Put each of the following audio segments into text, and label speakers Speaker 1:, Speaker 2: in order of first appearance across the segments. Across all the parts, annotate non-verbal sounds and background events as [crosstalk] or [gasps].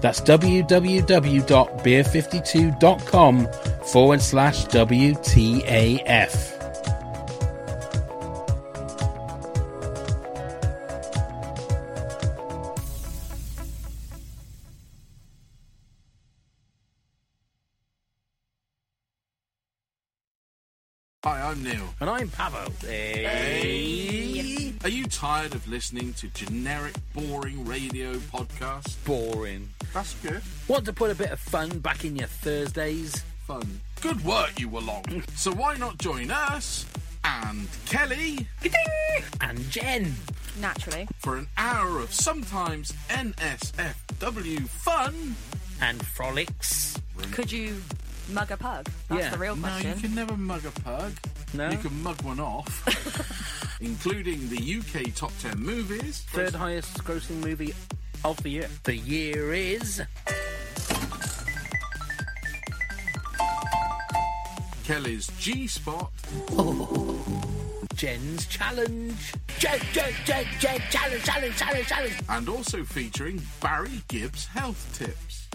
Speaker 1: That's www.beer52.com forward slash WTAF.
Speaker 2: Hi, I'm Neil.
Speaker 1: And I'm Pavo.
Speaker 2: Are you tired of listening to generic, boring radio podcasts?
Speaker 1: Boring.
Speaker 2: That's good.
Speaker 1: Want to put a bit of fun back in your Thursdays?
Speaker 2: Fun. Good work, you were long. so why not join us and Kelly
Speaker 1: And Jen.
Speaker 3: Naturally.
Speaker 2: for an hour of sometimes NSFW fun?
Speaker 1: And Frolics.
Speaker 3: Could you mug a pug? That's
Speaker 1: Yeah.
Speaker 3: the
Speaker 4: Oh,
Speaker 3: real
Speaker 2: No,
Speaker 3: question.
Speaker 2: you can never mug a pug.
Speaker 1: No?
Speaker 2: You can mug one off. Including the UK top 10 movies.
Speaker 1: Third highest grossing movie of the year. The year is.
Speaker 2: Kelly's G Spot.
Speaker 1: Jen's Challenge. Jen, Jen, Jen, Jen, Challenge, Challenge, Challenge, Challenge.
Speaker 2: And also featuring Barry Gibbs Health Tips.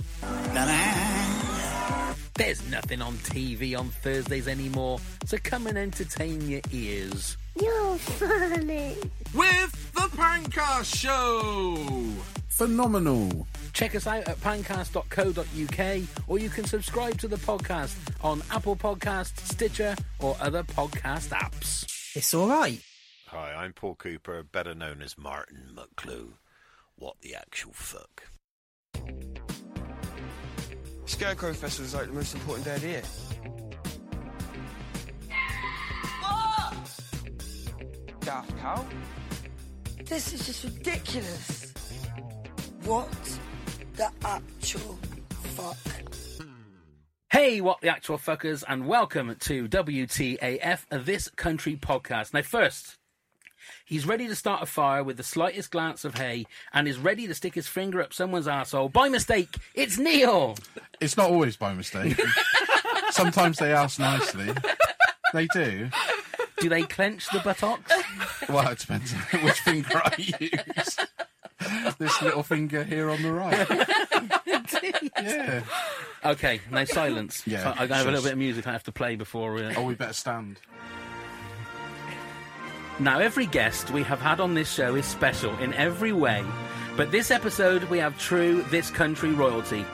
Speaker 1: There's nothing on TV on Thursdays anymore, so come and entertain your ears.
Speaker 5: You're funny.
Speaker 2: with the Pancast Show. Phenomenal.
Speaker 1: Check us out at pancast.co.uk or you can subscribe to the podcast on Apple Podcasts, Stitcher, or other podcast apps.
Speaker 6: It's all right.
Speaker 7: Hi, I'm Paul Cooper, better known as Martin McClue. What the actual fuck?
Speaker 8: Scarecrow Festival is like the most important day of the year. Daft cow?
Speaker 9: This is just ridiculous. What the actual fuck?
Speaker 1: Hey, what the actual fuckers, and welcome to WTAF, this country podcast. Now, first, he's ready to start a fire with the slightest glance of hay and is ready to stick his finger up someone's arsehole by mistake. It's Neil!
Speaker 2: It's not always by [laughs] mistake. Sometimes they ask nicely. They do.
Speaker 1: Do they clench the buttocks?
Speaker 2: Well, it depends on which finger I use. This little finger here on the right. Yeah.
Speaker 1: Okay, no silence.
Speaker 2: Yeah,
Speaker 1: So I, I have a
Speaker 2: shush.
Speaker 1: little bit of music I have to play before. Uh...
Speaker 2: Oh, we better stand.
Speaker 1: Now, every guest we have had on this show is special in every way, but this episode we have true This Country royalty.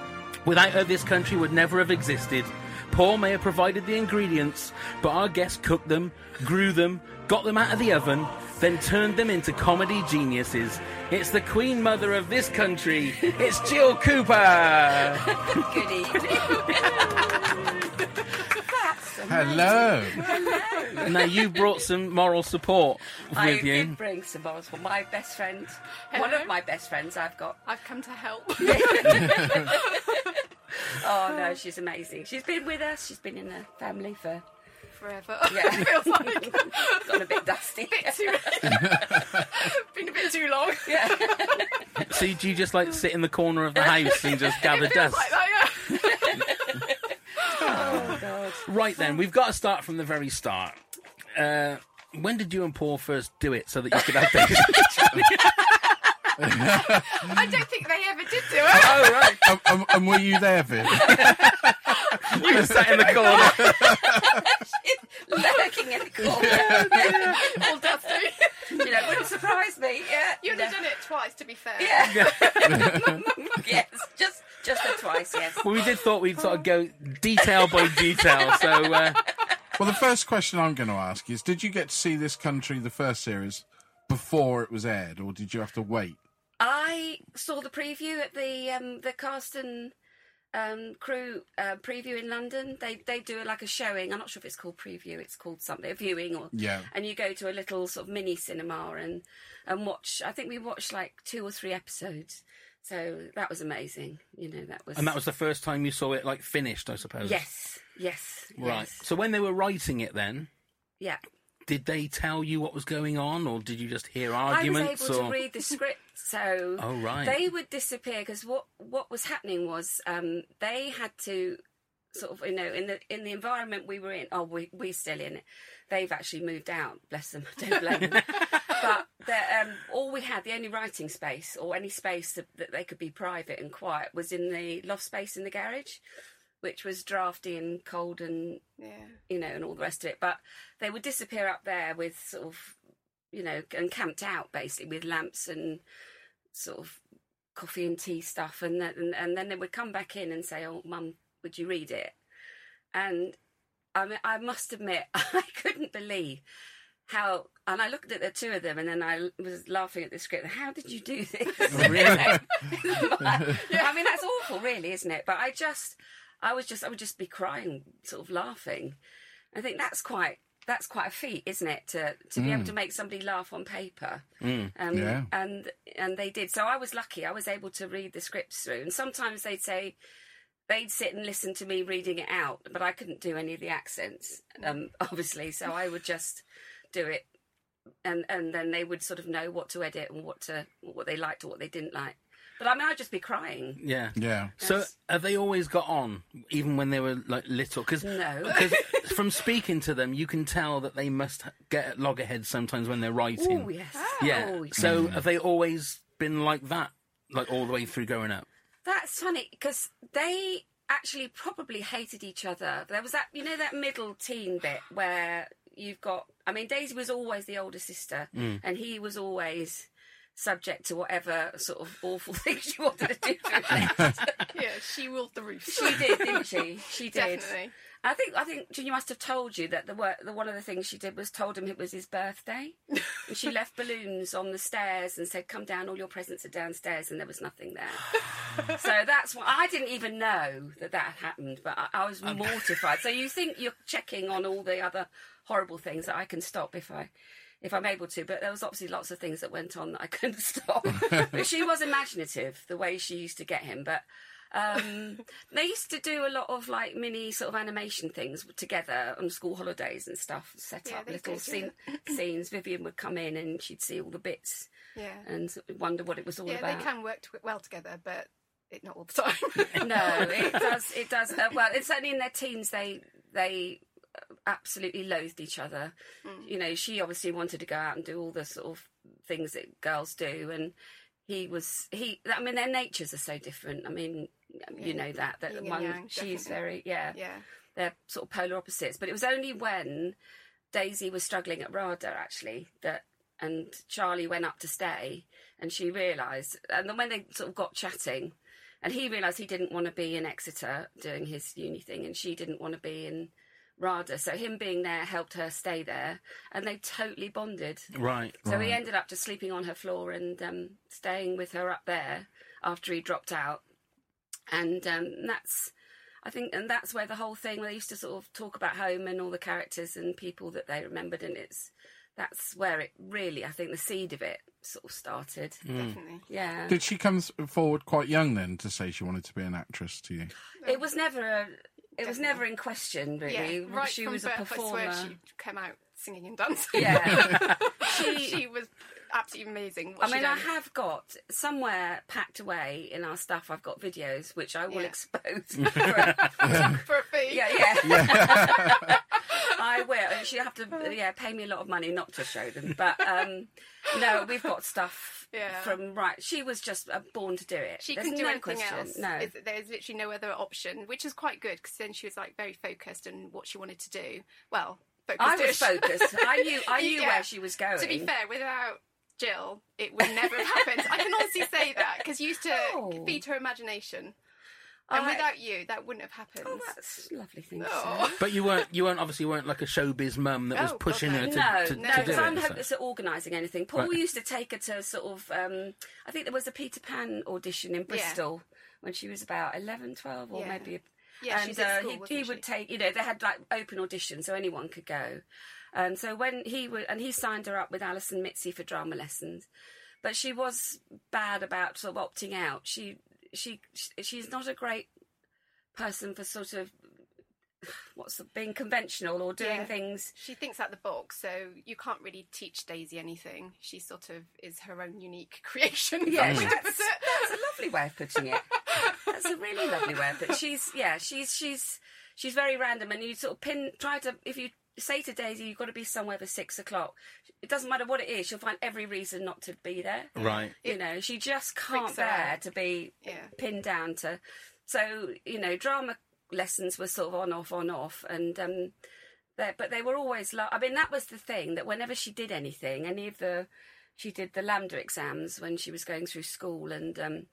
Speaker 1: Without her, this country would never have existed. Paul may have provided the ingredients, but our guest cooked them, grew them, got them out of the oven, then turned them into comedy geniuses. It's the Queen Mother of this country. It's Jill Cooper.
Speaker 3: Good evening.
Speaker 2: Hello.
Speaker 1: now you brought some moral support with
Speaker 4: I
Speaker 1: you.
Speaker 4: did bring some bottles for my best friend. One of my best friends I've got.
Speaker 10: I've come to help.
Speaker 4: Oh no, she's amazing. She's been with us. She's been in the family for
Speaker 10: [laughs] Forever. [laughs]
Speaker 4: yeah.
Speaker 10: Feels like
Speaker 4: Got a
Speaker 3: [laughs]
Speaker 4: bit dusty.
Speaker 10: too
Speaker 4: [laughs]
Speaker 10: been a bit too long.
Speaker 4: yeah.
Speaker 1: So do you just like sit in the corner of the house and just gather
Speaker 10: Feels
Speaker 1: dust?
Speaker 10: [laughs] like that, yeah.
Speaker 4: Oh god.
Speaker 1: Right then, we've got to start from the very start. Uh, when did you and Paul first do it so that you could have babies? [laughs]
Speaker 10: I don't think they ever did do
Speaker 4: Uh-huh.
Speaker 10: it.
Speaker 1: oh right,
Speaker 2: And, and- Um, and were you there, Viv?
Speaker 1: you were sat [laughs] in the corner.
Speaker 4: Lurking in the corner.
Speaker 10: [laughs]
Speaker 3: [laughs]
Speaker 10: All
Speaker 4: [laughs]
Speaker 10: dusty.
Speaker 4: You know, wouldn't surprise me. Yeah.
Speaker 10: You'd
Speaker 4: No.
Speaker 10: have done it twice, to be fair.
Speaker 4: Yeah. [laughs] yes. Just just the twice. Yes.
Speaker 1: Well, we did thought we'd sort of go detail by detail. So uh,
Speaker 2: Well, the first question I'm going to ask is Did you get to see this country, the first series, before it was aired, or did you have to wait?
Speaker 4: I saw the preview at the um, the cast and um, crew uh, preview in London. They they do like a showing. I'm not sure if it's called preview. It's called something, a viewing or
Speaker 2: Yeah.
Speaker 4: And you go to a little sort of mini cinema and and watch. I think we watched like two or three episodes. So that was amazing. You know that was
Speaker 1: And that was the first time you saw it like finished, I suppose.
Speaker 4: yes, yes,
Speaker 1: Right.
Speaker 4: yes.
Speaker 1: So when they were writing it, then
Speaker 4: yeah.
Speaker 1: did they tell you what was going on, or did you just hear
Speaker 4: I was
Speaker 1: arguments?
Speaker 4: able
Speaker 1: or
Speaker 4: to read the script, so
Speaker 1: [laughs] Oh, right.
Speaker 4: they would disappear because what what was happening was um, they had to sort of you know in the in the environment we were in. Oh, we we're still in it. They've actually moved out. Bless them. [laughs] I don't blame
Speaker 1: [laughs]
Speaker 4: them. but the, um, all we had, the only writing space or any space that, that they could be private and quiet, was in the loft space in the garage, which was drafty and cold and
Speaker 10: Yeah.
Speaker 4: you know, and all the rest of it. But they would disappear up there with sort of, you know, and camped out basically with lamps and sort of coffee and tea stuff, and then and, and then they would come back in and say, "Oh, mum, would you read it?" And I mean, I must admit, [laughs] I couldn't believe how. And I looked at the two of them, and then I was laughing at the script. How did you do this? [laughs] I mean, that's awful, really, isn't it? But I just, I was just, I would just be crying, sort of laughing. I think that's quite, that's quite a feat, isn't it? To to be able to make somebody laugh on paper. Um,
Speaker 2: Yeah.
Speaker 4: And and they did. So I was lucky. I was able to read the scripts through. And sometimes they'd say. They'd sit and listen to me reading it out, but I couldn't do any of the accents, um, [laughs] obviously. So I would just do it, and and then they would sort of know what to edit and what to what they liked or what they didn't like. But I mean, I'd just be crying.
Speaker 1: yeah.
Speaker 2: Yeah.
Speaker 1: So
Speaker 4: Yes.
Speaker 1: have they always got on, even when they were like little? Because
Speaker 4: No. [laughs]
Speaker 1: from speaking to them, you can tell that they must ha- get at loggerheads sometimes when they're writing.
Speaker 4: Oh yes.
Speaker 1: Yeah.
Speaker 4: Oh,
Speaker 1: So have they always been like that, like all the way through growing up?
Speaker 4: That's funny because they actually probably hated each other. There was that, you know, that middle teen bit where you've got. I mean, Daisy was always the older sister, and he was always subject to whatever sort of awful [laughs] things she wanted to do. to him.
Speaker 10: Yeah, she ruled the roost.
Speaker 4: she did, didn't she? She did.
Speaker 10: Definitely.
Speaker 4: I think I think Junior must have told you that the, wor- the one of the things she did was told him it was his birthday, and she left balloons on the stairs and said, "Come down, all your presents are downstairs," and there was nothing there. so that's what I didn't even know that that had happened, but I, I was mortified. so you think you're checking on all the other horrible things that I can stop if I. If I'm able to, but there was obviously lots of things that went on that I [laughs] couldn't stop. but she was imaginative, the way she used to get him. But um, they used to do a lot of like mini sort of animation things together on school holidays and stuff. Set
Speaker 10: Yeah, [laughs]
Speaker 4: up
Speaker 10: they
Speaker 4: little
Speaker 10: do do
Speaker 4: scene, scenes. Vivian would come in and she'd see all the bits
Speaker 10: Yeah.
Speaker 4: and sort of wonder what it was all
Speaker 10: Yeah,
Speaker 4: about.
Speaker 10: they can work t- well together, but it, not all the
Speaker 4: [laughs]
Speaker 10: [laughs] time.
Speaker 4: No, it does. It does. Uh, well, it's certainly in their teens they they absolutely loathed each other.
Speaker 10: Mm.
Speaker 4: You know, she obviously wanted to go out and do all the sort of things that girls do, and he was he. I mean, their natures are so different. I mean, you know that that
Speaker 10: Yin and
Speaker 4: one
Speaker 10: yang,
Speaker 4: she's
Speaker 10: definitely.
Speaker 4: very yeah
Speaker 10: yeah.
Speaker 4: they're sort of polar opposites. But it was only when Daisy was struggling at RADA actually that, and Charlie went up to stay, and she realised. And then when they sort of got chatting, and he realised he didn't want to be in Exeter doing his uni thing, and she didn't want to be in RADA. So him being there helped her stay there, and they totally bonded.
Speaker 1: Right.
Speaker 4: So he ended up just sleeping on her floor and um, staying with her up there after he dropped out, and um, that's I think, and that's where the whole thing where they used to sort of talk about home and all the characters and people that they remembered, and it's that's where it really I think the seed of it sort of started.
Speaker 10: Definitely.
Speaker 4: Yeah,
Speaker 2: Did she come s- forward quite young then to say she wanted to be an actress
Speaker 1: [laughs]
Speaker 2: to you?
Speaker 4: it was never a. It was never in question, really.
Speaker 10: Yeah, right
Speaker 4: she
Speaker 10: from
Speaker 4: was a
Speaker 10: birth,
Speaker 4: performer.
Speaker 10: I swear she came out singing and dancing.
Speaker 4: Yeah.
Speaker 10: [laughs] she was absolutely amazing. What
Speaker 4: I mean,
Speaker 10: she
Speaker 4: I
Speaker 10: done.
Speaker 4: have got somewhere packed away in our stuff. I've got videos which I will
Speaker 10: Yeah.
Speaker 4: expose.
Speaker 10: [laughs]
Speaker 4: for- [laughs]
Speaker 10: for a fee.
Speaker 4: yeah, yeah. [laughs] I will. And she'll have to, yeah, pay me a lot of money not to show them. But um, no, we've got stuff
Speaker 10: Yeah.
Speaker 4: from right. She was just uh, born to do it.
Speaker 10: She
Speaker 4: There's
Speaker 10: couldn't do
Speaker 4: no
Speaker 10: anything
Speaker 4: question.
Speaker 10: else.
Speaker 4: No.
Speaker 10: Is- There's literally no other option, which is quite good because then she was like very focused on what she wanted to do. Well, focused.
Speaker 4: I was focused. I knew.
Speaker 10: [laughs]
Speaker 4: I knew
Speaker 10: Yeah.
Speaker 4: where she was going.
Speaker 10: To be fair, without Jill, it would never have happened. I can honestly say that because you used to
Speaker 4: [laughs] Oh.
Speaker 10: feed her imagination. And
Speaker 4: I-
Speaker 10: without you, that wouldn't have happened.
Speaker 4: Oh, that's a lovely thing to
Speaker 10: Oh.
Speaker 4: say.
Speaker 1: But you weren't, you weren't obviously weren't like a showbiz mum that was
Speaker 10: Oh,
Speaker 1: pushing
Speaker 10: God,
Speaker 1: her to,
Speaker 4: No,
Speaker 1: to,
Speaker 4: no,
Speaker 1: to do
Speaker 4: because
Speaker 1: it.
Speaker 4: I'm
Speaker 1: so.
Speaker 4: hopeless at organising anything. Paul
Speaker 1: Right.
Speaker 4: used to take her to sort of, um, I think there was a Peter Pan audition in Bristol when she was about 11, 12, or
Speaker 10: Yeah.
Speaker 4: maybe.
Speaker 10: Yeah,
Speaker 4: and
Speaker 10: she's at
Speaker 4: uh,
Speaker 10: school,
Speaker 4: he,
Speaker 10: wasn't
Speaker 4: he
Speaker 10: she?
Speaker 4: would take, you know, they had like open auditions, so anyone could go. And so when he would, and he signed her up with Alison Mitzi for drama lessons, but she was bad about sort of opting out. She, she, she's not a great person for sort of [sighs] what's the, being conventional or doing
Speaker 10: Yeah.
Speaker 4: things
Speaker 10: She thinks out the box, so you can't really teach Daisy anything. She sort of is her own unique [laughs] creation.
Speaker 4: [laughs]
Speaker 10: is
Speaker 4: Yeah,
Speaker 10: that the way to
Speaker 4: that's,
Speaker 10: put it?
Speaker 4: that's a lovely way of putting it. That's a really lovely way of putting. She's yeah, she's she's she's very random, and you sort of pin try to if you say to Daisy you've got to be somewhere for six o'clock. It doesn't matter what it is, she'll find every reason not to be there.
Speaker 1: Right.
Speaker 4: You know, she just can't
Speaker 10: freaks her
Speaker 4: bear
Speaker 10: out.
Speaker 4: to be
Speaker 10: Yeah.
Speaker 4: pinned down to. So you know, drama lessons were sort of on off on off, and um, they- but they were always. Lo- I mean, that was the thing that whenever she did anything, any of the, she did the lambda exams when she was going through school, and um,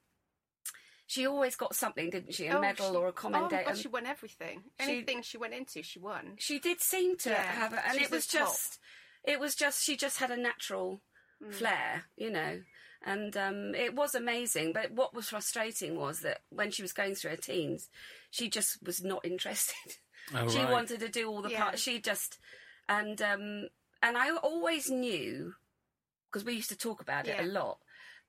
Speaker 4: she always got something, didn't she? A
Speaker 10: Oh,
Speaker 4: medal
Speaker 10: she-
Speaker 4: or
Speaker 10: oh
Speaker 4: a um, commendation.
Speaker 10: my God, she won everything.
Speaker 4: She-
Speaker 10: Anything she went into, she won.
Speaker 4: She did seem to
Speaker 10: Yeah,
Speaker 4: have it, and
Speaker 10: she's
Speaker 4: it was
Speaker 10: the top.
Speaker 4: just, it was just, she just had a natural
Speaker 10: Hmm.
Speaker 4: flair, you know. And um, it was amazing. But what was frustrating was that when she was going through her teens, she just was not interested.
Speaker 1: Oh,
Speaker 4: she
Speaker 1: right.
Speaker 4: wanted to do all the
Speaker 10: Yeah.
Speaker 4: parts. She just, and um, and I always knew because we used to talk about it a
Speaker 10: Yeah.
Speaker 4: lot.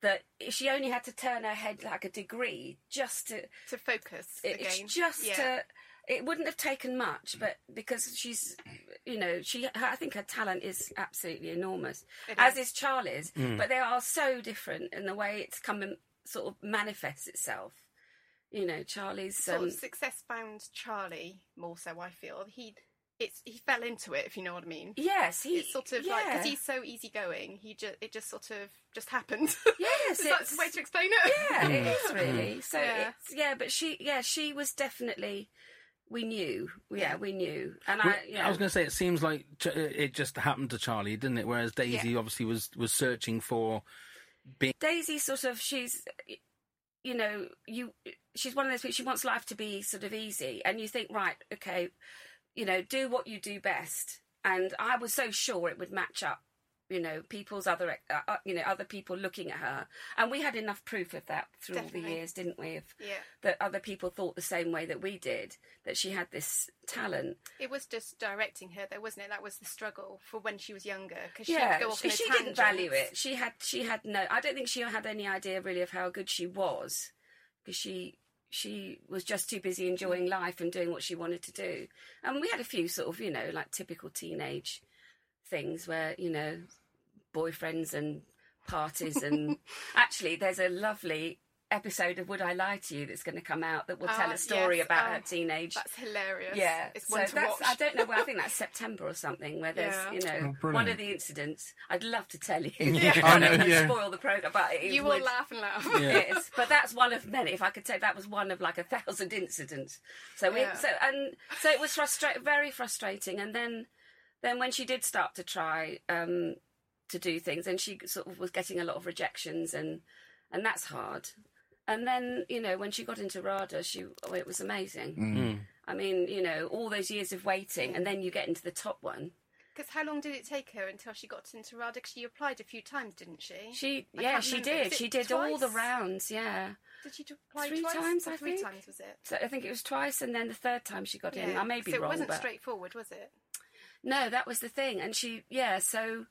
Speaker 4: That she only had to turn her head like a degree just to
Speaker 10: To focus
Speaker 4: it-
Speaker 10: again.
Speaker 4: It's just
Speaker 10: yeah.
Speaker 4: uh, it wouldn't have taken much, but because she's, you know, she, her, I think her talent is absolutely enormous,
Speaker 10: It
Speaker 4: as
Speaker 10: is.
Speaker 4: is Charlie's.
Speaker 1: Mm.
Speaker 4: But they are so different in the way it's come and sort of manifests itself. You know, Charlie's.
Speaker 10: sort
Speaker 4: Um,
Speaker 10: of success found Charlie more so. I feel he it's he fell into it, if you know what I mean.
Speaker 4: yes, he
Speaker 10: It's sort of like because
Speaker 4: yeah.
Speaker 10: he's so easygoing, he just it just sort of just happened. [laughs]
Speaker 4: Yes,
Speaker 10: Is that
Speaker 4: it's-
Speaker 10: the way to explain it.
Speaker 4: Yeah, it
Speaker 1: Mm.
Speaker 4: is really. So
Speaker 10: Yeah.
Speaker 4: it's yeah, but she yeah she was definitely. We knew, yeah, we knew, and I
Speaker 1: Well,
Speaker 4: yeah.
Speaker 1: I was going to say, it seems like Ch- it just happened to Charlie, didn't it? Whereas Daisy
Speaker 10: Yeah.
Speaker 1: obviously was, was searching for.
Speaker 4: Daisy sort of she's you know you she's one of those people she wants life to be sort of easy and you think right okay you know do what you do best and I was so sure it would match up you know people's other uh, uh, you know other people looking at her and we had enough proof of that through all the
Speaker 10: Definitely.
Speaker 4: years didn't we of,
Speaker 10: Yeah.
Speaker 4: that other people thought the same way that we did that she had this talent
Speaker 10: It was just directing her, though, wasn't it? That was the struggle for when she was younger, because
Speaker 4: yeah,
Speaker 10: she'd go off
Speaker 4: she,
Speaker 10: on her
Speaker 4: she didn't value
Speaker 10: tangents.
Speaker 4: it. She had she had no. I don't think she had any idea really of how good she was, because she she was just too busy enjoying life and doing what she wanted to do. And we had a few sort of you know like typical teenage things where you know boyfriends and parties
Speaker 10: [laughs]
Speaker 4: and actually there's a lovely episode of Would I Lie to You that's going to come out that will tell
Speaker 10: Ah,
Speaker 4: a story
Speaker 10: yes.
Speaker 4: about
Speaker 10: Oh,
Speaker 4: her teenage.
Speaker 10: That's hilarious.
Speaker 4: Yeah,
Speaker 10: it's
Speaker 4: so
Speaker 10: one to
Speaker 4: that's,
Speaker 10: watch.
Speaker 4: I don't know. Well, I
Speaker 10: [laughs]
Speaker 4: think that's September or something where there's
Speaker 10: Yeah.
Speaker 4: you know
Speaker 2: Oh,
Speaker 4: one
Speaker 2: brilliant.
Speaker 4: of the incidents. I'd love to tell you. I [laughs]
Speaker 10: [laughs]
Speaker 2: I
Speaker 4: don't
Speaker 2: know,
Speaker 4: want to
Speaker 2: yeah.
Speaker 4: spoil the program, but it
Speaker 10: you
Speaker 4: would.
Speaker 10: will laugh and laugh. [laughs]
Speaker 4: It is, but that's one of many. If I could say that was one of like a thousand incidents. So we,
Speaker 10: Yeah.
Speaker 4: so and so it was frustrating, very frustrating. And then, then when she did start to try um, to do things, and she sort of was getting a lot of rejections, and and that's hard. And then you know when she got into RADA, she oh, it was amazing. I mean, you know, all those years of waiting, and then you get into the top one.
Speaker 10: Because how long did it take her until she got into RADA? 'Cause she applied a few times, didn't she?
Speaker 4: She,
Speaker 10: I
Speaker 4: yeah,
Speaker 10: can't
Speaker 4: she
Speaker 10: remember.
Speaker 4: did.
Speaker 10: Is it
Speaker 4: She did all the
Speaker 10: twice?
Speaker 4: rounds, yeah.
Speaker 10: Did she apply
Speaker 4: Three
Speaker 10: twice?
Speaker 4: times,
Speaker 10: Or
Speaker 4: I
Speaker 10: three
Speaker 4: think.
Speaker 10: times was it?
Speaker 4: So I think it was twice, and then the third time she got in. I may be
Speaker 10: so
Speaker 4: wrong,
Speaker 10: it wasn't
Speaker 4: but
Speaker 10: straightforward, was it?
Speaker 4: no, that was the thing. And she, yeah, so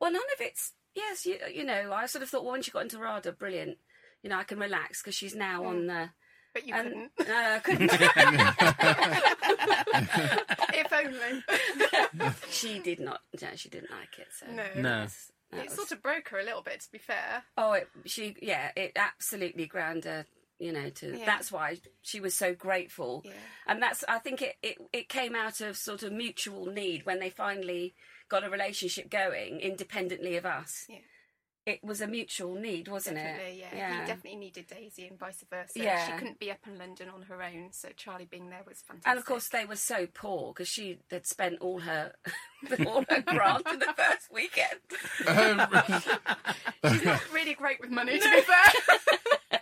Speaker 4: well, none of it's yes. You, you know, I sort of thought well, when she got into RADA, brilliant. You know, I can relax because she's now on the.
Speaker 10: But you
Speaker 4: And,
Speaker 10: Mm. couldn't. [laughs]
Speaker 4: no, I couldn't.
Speaker 10: if only.
Speaker 4: [laughs] she did not. No, she didn't like it. So
Speaker 10: no.
Speaker 1: No.
Speaker 4: Yes, that
Speaker 10: It
Speaker 4: was-
Speaker 10: sort of broke her a little bit, to be fair.
Speaker 4: Oh, it, she yeah, it absolutely ground her. You know, to
Speaker 10: Yeah.
Speaker 4: that's why she was so grateful,
Speaker 10: Yeah.
Speaker 4: and that's I think it, it it came out of sort of mutual need when they finally got a relationship going independently of us.
Speaker 10: Yeah.
Speaker 4: It was a mutual need, wasn't
Speaker 10: Definitely,
Speaker 4: it?
Speaker 10: yeah. He definitely needed Daisy and vice versa.
Speaker 4: Yeah.
Speaker 10: She couldn't be up in London on her own, so Charlie being there was fantastic.
Speaker 4: And of course, they were so poor because she had spent all her [laughs] all
Speaker 10: [laughs]
Speaker 4: her grant in the first weekend.
Speaker 10: [laughs] she's not really great with money, to be fair.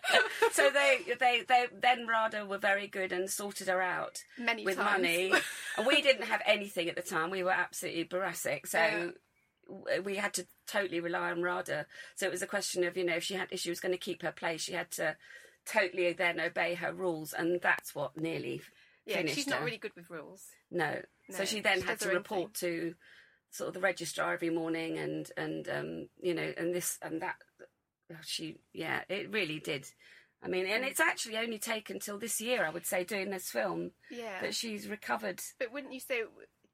Speaker 4: so they, they, they, then Rada were very good and sorted her out
Speaker 10: Many
Speaker 4: with
Speaker 10: times.
Speaker 4: money. and we didn't have anything at the time. We were absolutely boracic. So
Speaker 10: Yeah.
Speaker 4: w- we had to totally rely on Rada. So it was a question of, you know, if she had, if she was going to keep her place, she had to totally then obey her rules. And that's what nearly
Speaker 10: yeah,
Speaker 4: finished
Speaker 10: she's not
Speaker 4: her.
Speaker 10: really good with rules.
Speaker 4: No. So
Speaker 10: No,
Speaker 4: she then
Speaker 10: she
Speaker 4: had
Speaker 10: does
Speaker 4: to
Speaker 10: her own
Speaker 4: report to sort of the registrar every morning and and um you know and this and that Oh, she yeah it really did i mean and it's actually only taken till this year i would say doing this film
Speaker 10: Yeah.
Speaker 4: that she's recovered
Speaker 10: But wouldn't you say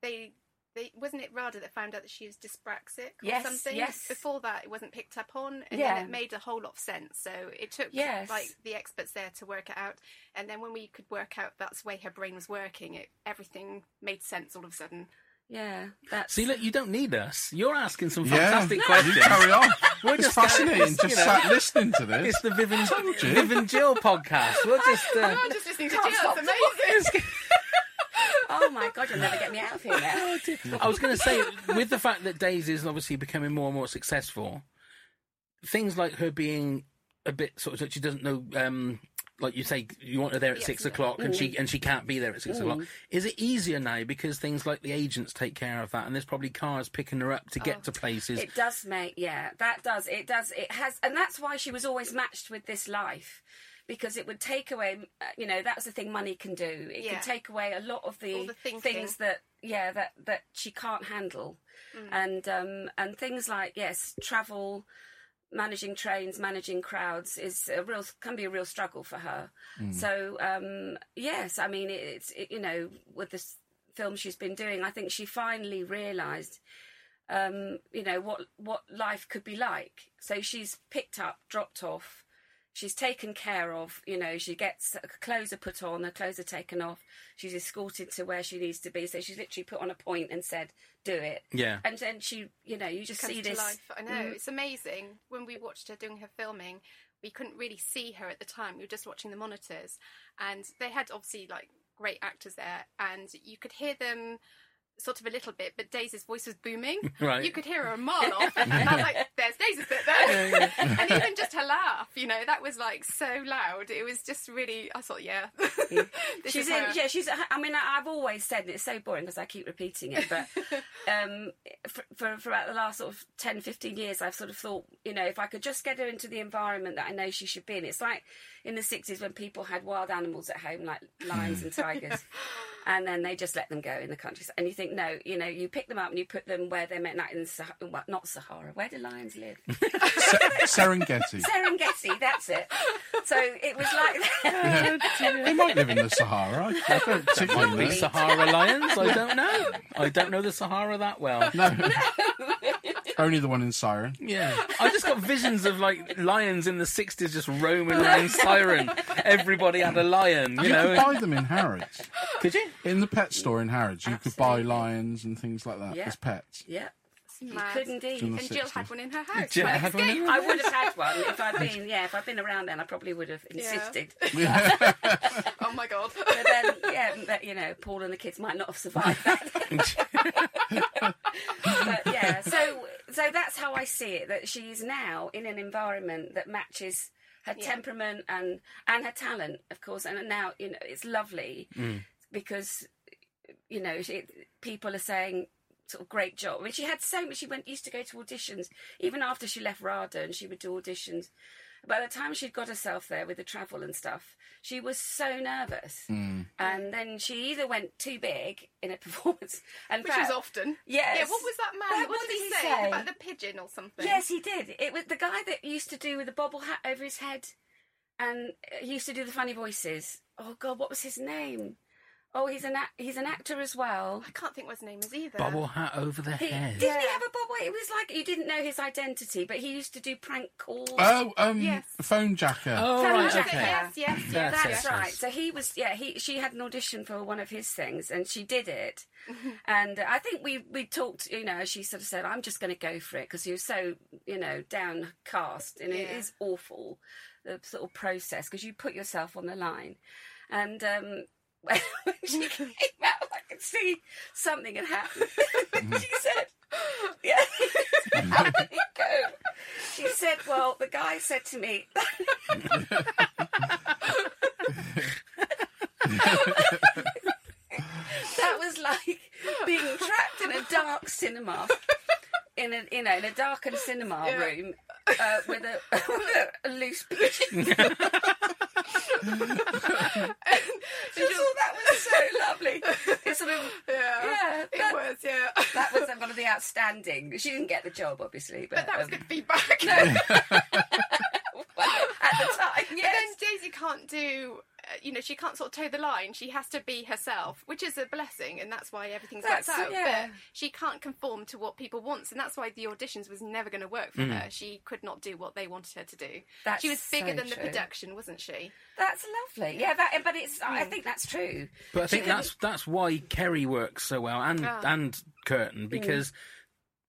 Speaker 10: they they wasn't it Rada that found out that she was dyspraxic or
Speaker 4: Yes,
Speaker 10: something?
Speaker 4: yes.
Speaker 10: Before that, it wasn't picked up on, and
Speaker 4: Yeah.
Speaker 10: then it made a whole lot of sense. So it took
Speaker 4: Yes.
Speaker 10: like the experts there to work it out, and then when we could work out that's the way her brain was working, it everything made sense all of a sudden.
Speaker 4: yeah that's
Speaker 1: See, look, you don't need us. You're asking some
Speaker 2: Yeah,
Speaker 1: fantastic questions.
Speaker 2: you carry on.
Speaker 1: [laughs] We're
Speaker 2: it's
Speaker 1: just
Speaker 2: fascinating.
Speaker 1: going-
Speaker 2: Just
Speaker 1: you know.
Speaker 2: sat listening to this.
Speaker 1: It's the Viv and,
Speaker 2: Told you.
Speaker 1: Viv and Jill podcast. We'll just. Uh,
Speaker 10: I'm [laughs] just listening to you. It's amazing.
Speaker 4: oh my god you'll never get me out of here now.
Speaker 1: I was going to say, with the fact that Daisy is obviously becoming more and more successful, things like her being a bit sort of that she doesn't know, um, like you say, you want her there at
Speaker 10: Yes,
Speaker 1: six
Speaker 10: yeah.
Speaker 1: o'clock, and she and she can't be there at six o'clock. Is it easier now because things like the agents take care of that, and there's probably cars picking her up to
Speaker 10: Oh.
Speaker 1: get to places?
Speaker 4: It does make, yeah, that does. It does. It has, and that's why she was always matched with this life, because it would take away, uh, you know, that's the thing money can do. It
Speaker 10: Yeah.
Speaker 4: can take away a lot of the,
Speaker 10: All the thinking.
Speaker 4: things that, yeah, that that she can't handle,
Speaker 10: Mm.
Speaker 4: and um and things like yes, travel. Managing trains, managing crowds is a real can be a real struggle for her. So um, yes, I mean it, it's it, you know with this film she's been doing, I think she finally realised um, you know what what life could be like. So she's picked up, dropped off, she's taken care of. You know, she gets her clothes are put on, her clothes are taken off. She's escorted to where she needs to be. So she's literally put on a point and said, "Do it."
Speaker 1: Yeah.
Speaker 4: And then she, you know, you just
Speaker 10: comes
Speaker 4: see
Speaker 10: to
Speaker 4: this.
Speaker 10: life. I know it's amazing. When we watched her doing her filming, we couldn't really see her at the time. We were just watching the monitors, and they had obviously like great actors there, and you could hear them. Sort of a little bit, but Daisy's voice was
Speaker 4: [laughs]
Speaker 10: booming.
Speaker 1: Right.
Speaker 10: You could hear her a mile off, and I was like, "There's Daisy's bit there," [laughs] and even just her laugh, you know, that was like so loud. It was just really. I thought, yeah, [laughs] This
Speaker 4: she's
Speaker 10: is
Speaker 4: in,
Speaker 10: her.
Speaker 4: yeah, she's. I mean, I- I've always said and it's so boring because I keep repeating it,
Speaker 10: [laughs]
Speaker 4: but um, for, for throughout the last sort of 10, 15 years, I've sort of thought, you know, if I could just get her into the environment that I know she should be in. It's like in the sixties when people had wild animals at home, like lions
Speaker 10: [laughs]
Speaker 4: and tigers, and then they just let them go in the countryside. And you think, no, you know, you pick them up and you put them where they're meant, like in Sah- well, not Sahara. Where do lions
Speaker 10: [laughs]
Speaker 4: live?
Speaker 1: [laughs]
Speaker 2: Serengeti. [laughs]
Speaker 4: Serengeti. That's it. So it was
Speaker 10: [laughs]
Speaker 4: like that.
Speaker 2: they might live in the Sahara. I- I
Speaker 1: [laughs]
Speaker 2: don't
Speaker 1: Might
Speaker 2: particularly
Speaker 1: be
Speaker 2: know.
Speaker 1: Sahara lions. I don't know. I don't know the Sahara that well. [laughs]
Speaker 2: [laughs] Only the one in Siren.
Speaker 1: Yeah, I just got visions of like lions in the '60s just roaming around Siren. Everybody had a lion, you
Speaker 2: You could
Speaker 1: know.
Speaker 2: buy them in Harrods.
Speaker 1: Could you?
Speaker 2: In the pet store in Harrods, you could buy lions and things like that
Speaker 4: Yeah.
Speaker 2: as
Speaker 1: [laughs]
Speaker 2: pets. [laughs]
Speaker 4: yeah, you
Speaker 10: Mad.
Speaker 4: could indeed.
Speaker 2: Didn't
Speaker 10: and Jill had
Speaker 2: 60s.
Speaker 10: one in her house.
Speaker 1: Jill
Speaker 10: Well,
Speaker 1: had one
Speaker 10: escape.
Speaker 1: in
Speaker 4: I would have had one if I'd been, yeah, if I'd been around then, I probably would have insisted.
Speaker 10: Oh my god.
Speaker 4: But then, yeah, but, you know, Paul and the kids might not have survived that. but yeah, so so that's how I see it. That she is now in an environment that matches her temperament and and her talent, of course. And now you know it's lovely because you know it, people are saying sort of great job. I mean, she had so much. She went used to go to auditions even after she left RADA, and she would do auditions. By the time she'd got herself there with the travel and stuff, she was so nervous. And then she either went too big in a [laughs] performance, and
Speaker 10: Which
Speaker 4: felt-
Speaker 10: was often.
Speaker 4: Yes.
Speaker 10: Yeah, what was that man?
Speaker 4: That-
Speaker 10: what, did he, say? About the pigeon or something?
Speaker 4: Yes, he did. It was the guy that used to do with the bobble hat over his head, and uh, he used to do the funny voices. Oh God, what was his name? Oh, he's an act- he's an actor as well.
Speaker 10: I can't think what his name is either.
Speaker 1: Bubble hat over the
Speaker 4: He,
Speaker 1: head.
Speaker 4: Didn't he have a bobble? It was like you didn't know his identity, but he used to do prank calls.
Speaker 2: Oh, um,
Speaker 10: Yes.
Speaker 2: phone jacker.
Speaker 1: Oh
Speaker 4: Tell
Speaker 1: right,
Speaker 4: him
Speaker 1: okay.
Speaker 10: Yes, yes, yes.
Speaker 1: That's
Speaker 4: That's
Speaker 1: it.
Speaker 4: right. So he was, yeah. He she had an audition for one of his things, and she did it. and uh, I think we we talked. You know, she sort of said, "I'm just going to go for it," because he was so you know downcast, and it
Speaker 10: Yeah.
Speaker 4: is awful the sort of process because you put yourself on the line. And um, [laughs] when she came out, I could see something had happened. [laughs] she [laughs] said, "Yeah, how did it go?" She said, "Well, the guy said to me." that was like being trapped in a dark cinema. In a you know in a darkened cinema
Speaker 10: Yeah.
Speaker 4: room uh, with a, [laughs] with a
Speaker 10: [laughs]
Speaker 4: loose pigeon. I just thought that was so lovely. It's sort of
Speaker 10: Yeah,
Speaker 4: Yeah,
Speaker 10: it
Speaker 4: that-
Speaker 10: was. Yeah,
Speaker 4: that was one of the outstanding. She didn't get the job obviously, but,
Speaker 10: but that was
Speaker 4: um,
Speaker 10: good
Speaker 4: [laughs]
Speaker 10: feedback. [laughs]
Speaker 4: well, at the time.
Speaker 10: But
Speaker 4: Yes,
Speaker 10: then Daisy can't do, uh, you know, she can't sort of toe the line. She has to be herself, which is a blessing, and that's why everything's worked
Speaker 4: That's-
Speaker 10: out.
Speaker 4: yeah.
Speaker 10: But she can't conform to what people want, and that's why the auditions was never going to work
Speaker 1: Mm-hmm.
Speaker 10: for her. She could not do what they wanted her to do.
Speaker 4: That's
Speaker 10: she was bigger
Speaker 4: so
Speaker 10: than the
Speaker 4: true.
Speaker 10: production, wasn't she?
Speaker 4: that's lovely. Yeah, that. But it's. I I
Speaker 10: Hmm.
Speaker 4: think that's true.
Speaker 1: But I think
Speaker 4: couldn't-
Speaker 1: that's that's why Kerry works so well and
Speaker 10: Ah.
Speaker 1: and Curtin because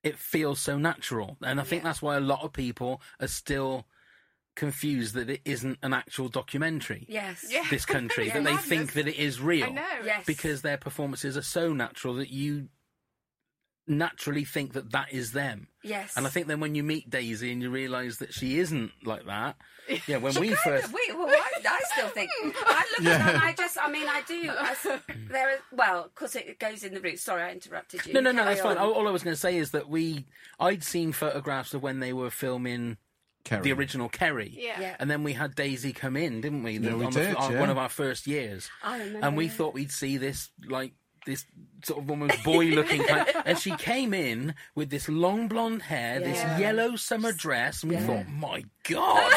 Speaker 1: it feels so natural, and I think that's why a lot of people are still confused that it isn't an actual documentary.
Speaker 4: Yes.
Speaker 10: Yeah.
Speaker 1: This country
Speaker 10: Yeah.
Speaker 1: that they
Speaker 10: Madness.
Speaker 1: think that it is real.
Speaker 10: I know.
Speaker 4: Yes.
Speaker 1: because their performances are so natural that you naturally think that that is them.
Speaker 4: Yes.
Speaker 1: And I think then when you meet Daisy and you realise that she isn't like that, yeah, when we first.
Speaker 4: We, well, I, I still think I look at that and I just, I mean, I do. I s there is well, because it goes in the route. Sorry, I interrupted you.
Speaker 1: No, no, no,
Speaker 4: Carry
Speaker 1: that's fine. Oh,
Speaker 4: on.
Speaker 1: All all I was going to say is that we, I'd seen photographs of when they were filming
Speaker 2: Kerry.
Speaker 1: the original Kerry.
Speaker 10: Yeah.
Speaker 4: Yeah.
Speaker 1: And then we had Daisy come in, didn't we?
Speaker 2: Yeah, we
Speaker 1: on the-
Speaker 2: did,
Speaker 1: on
Speaker 2: yeah.
Speaker 1: One of our first years.
Speaker 4: I remember.
Speaker 1: and we thought we'd see this like this sort of almost boy looking
Speaker 4: [laughs]
Speaker 1: kind and she came in with this long blonde hair
Speaker 4: Yeah.
Speaker 1: this yellow summer dress and we thought my
Speaker 4: [laughs]
Speaker 1: god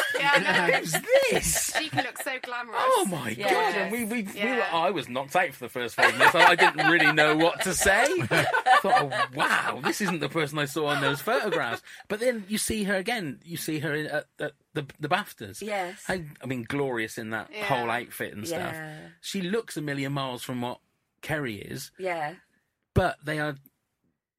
Speaker 1: who's this
Speaker 10: She can look so glamorous.
Speaker 1: oh my
Speaker 4: Yeah.
Speaker 1: god and we, we, we were,
Speaker 10: Yeah.
Speaker 1: i was knocked out for the first five minutes and i didn't really know what to say [laughs] I thought oh, wow this isn't the person i saw on those photographs but then you see her again you see her in, at, at the, the baftas
Speaker 4: Yes.
Speaker 1: I, I mean glorious in that
Speaker 10: Yeah.
Speaker 1: whole outfit and stuff
Speaker 4: Yeah.
Speaker 1: she looks a million miles from what Kerry is,
Speaker 4: Yeah.
Speaker 1: but they are.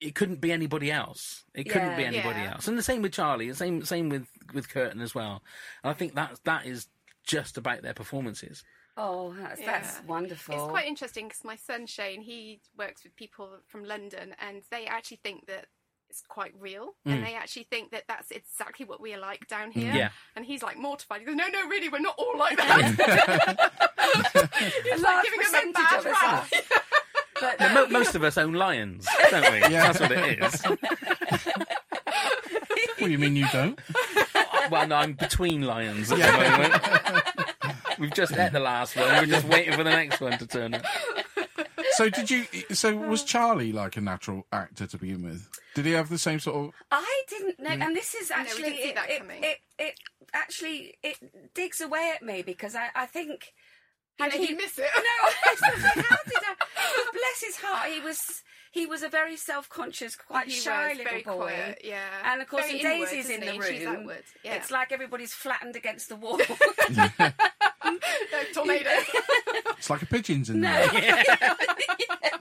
Speaker 1: It couldn't be anybody else. It couldn't
Speaker 4: Yeah.
Speaker 1: be anybody
Speaker 10: Yeah.
Speaker 1: else. And the same with Charlie. The same same with with Curtin as well. And I think that that is just about their performances.
Speaker 4: Oh, that's that's
Speaker 10: Yeah.
Speaker 4: wonderful.
Speaker 10: It's quite interesting because my son Shane, he works with people from London, and they actually think that it's quite real, and they actually think that that's exactly what we are like down here.
Speaker 1: Mm. Yeah.
Speaker 10: And he's like mortified. He goes, "No, no, really, we're not all
Speaker 1: [laughs]
Speaker 10: like that."
Speaker 4: a large
Speaker 10: giving them a
Speaker 4: percentage
Speaker 10: bad
Speaker 4: of us are. But
Speaker 1: Mo-
Speaker 4: [laughs]
Speaker 1: Most of us own lions, don't we?
Speaker 2: Yeah.
Speaker 1: That's what it is.
Speaker 2: What do you mean you don't?
Speaker 1: Well, no, I'm between lions at
Speaker 2: Yeah.
Speaker 1: the moment. We've just ate the last one. We're just waiting for the next one to turn up.
Speaker 2: So did you? So was Charlie like a natural actor to begin with? Did he have the same sort of?
Speaker 4: I didn't know,
Speaker 1: Mm.
Speaker 4: and this is
Speaker 10: we
Speaker 4: actually
Speaker 10: didn't see
Speaker 4: it,
Speaker 10: that
Speaker 4: it,
Speaker 10: coming.
Speaker 4: it, it actually it digs away at me because I, I think
Speaker 10: How did
Speaker 4: he-
Speaker 10: you miss it?
Speaker 4: No, [laughs]
Speaker 10: [laughs]
Speaker 4: I was like, how did I? but Bless his heart, he was he was a very self-conscious, quite
Speaker 10: He
Speaker 4: shy
Speaker 10: was
Speaker 4: little
Speaker 10: very
Speaker 4: boy.
Speaker 10: quiet, yeah.
Speaker 4: and of course,
Speaker 10: Very
Speaker 4: when
Speaker 10: inward,
Speaker 4: Daisy's in the
Speaker 10: isn't
Speaker 4: room.
Speaker 10: he? She's outward, yeah.
Speaker 4: It's like everybody's flattened against the
Speaker 10: [laughs]
Speaker 4: wall. [laughs]
Speaker 10: No,
Speaker 1: [laughs]
Speaker 10: tornado,
Speaker 2: It's like a pigeon's
Speaker 4: [laughs]
Speaker 2: in there.
Speaker 10: definitely.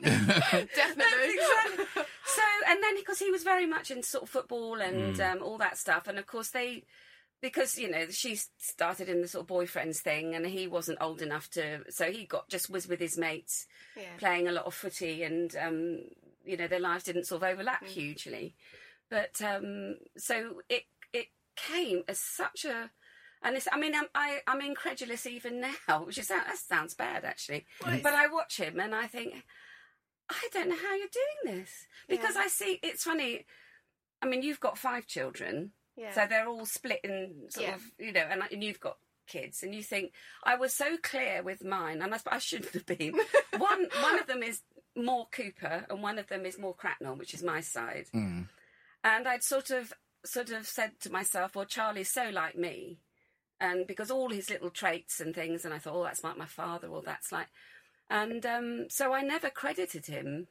Speaker 4: Exactly. so, and then because he was very much in sort of football and um, all that stuff, and of course they, because you know she started in the sort of boyfriends thing, and he wasn't old enough to, so he got just was with his mates
Speaker 10: [laughs] Yeah.
Speaker 4: playing a lot of footy, and um, you know their lives didn't sort of overlap hugely, but um, so it it came as such a. And it's, I mean, I'm, I, I'm incredulous even now, which is that sounds bad actually. But I watch him and I think, I don't know how you're doing this because I see it's funny. I mean, you've got five children,
Speaker 10: Yeah.
Speaker 4: so they're all split in sort
Speaker 10: Yeah.
Speaker 4: of, you know, and, and you've got kids, and you think I was so clear with mine, and I, sp- I shouldn't have
Speaker 10: [laughs]
Speaker 4: been. one one of them is more Cooper, and one of them is more Cracknell, which is my side, and I'd sort of sort of said to myself, well, Charlie's so like me, and because all his little traits and things, and I thought, oh, that's like my father, or that's like, and um, so I never credited him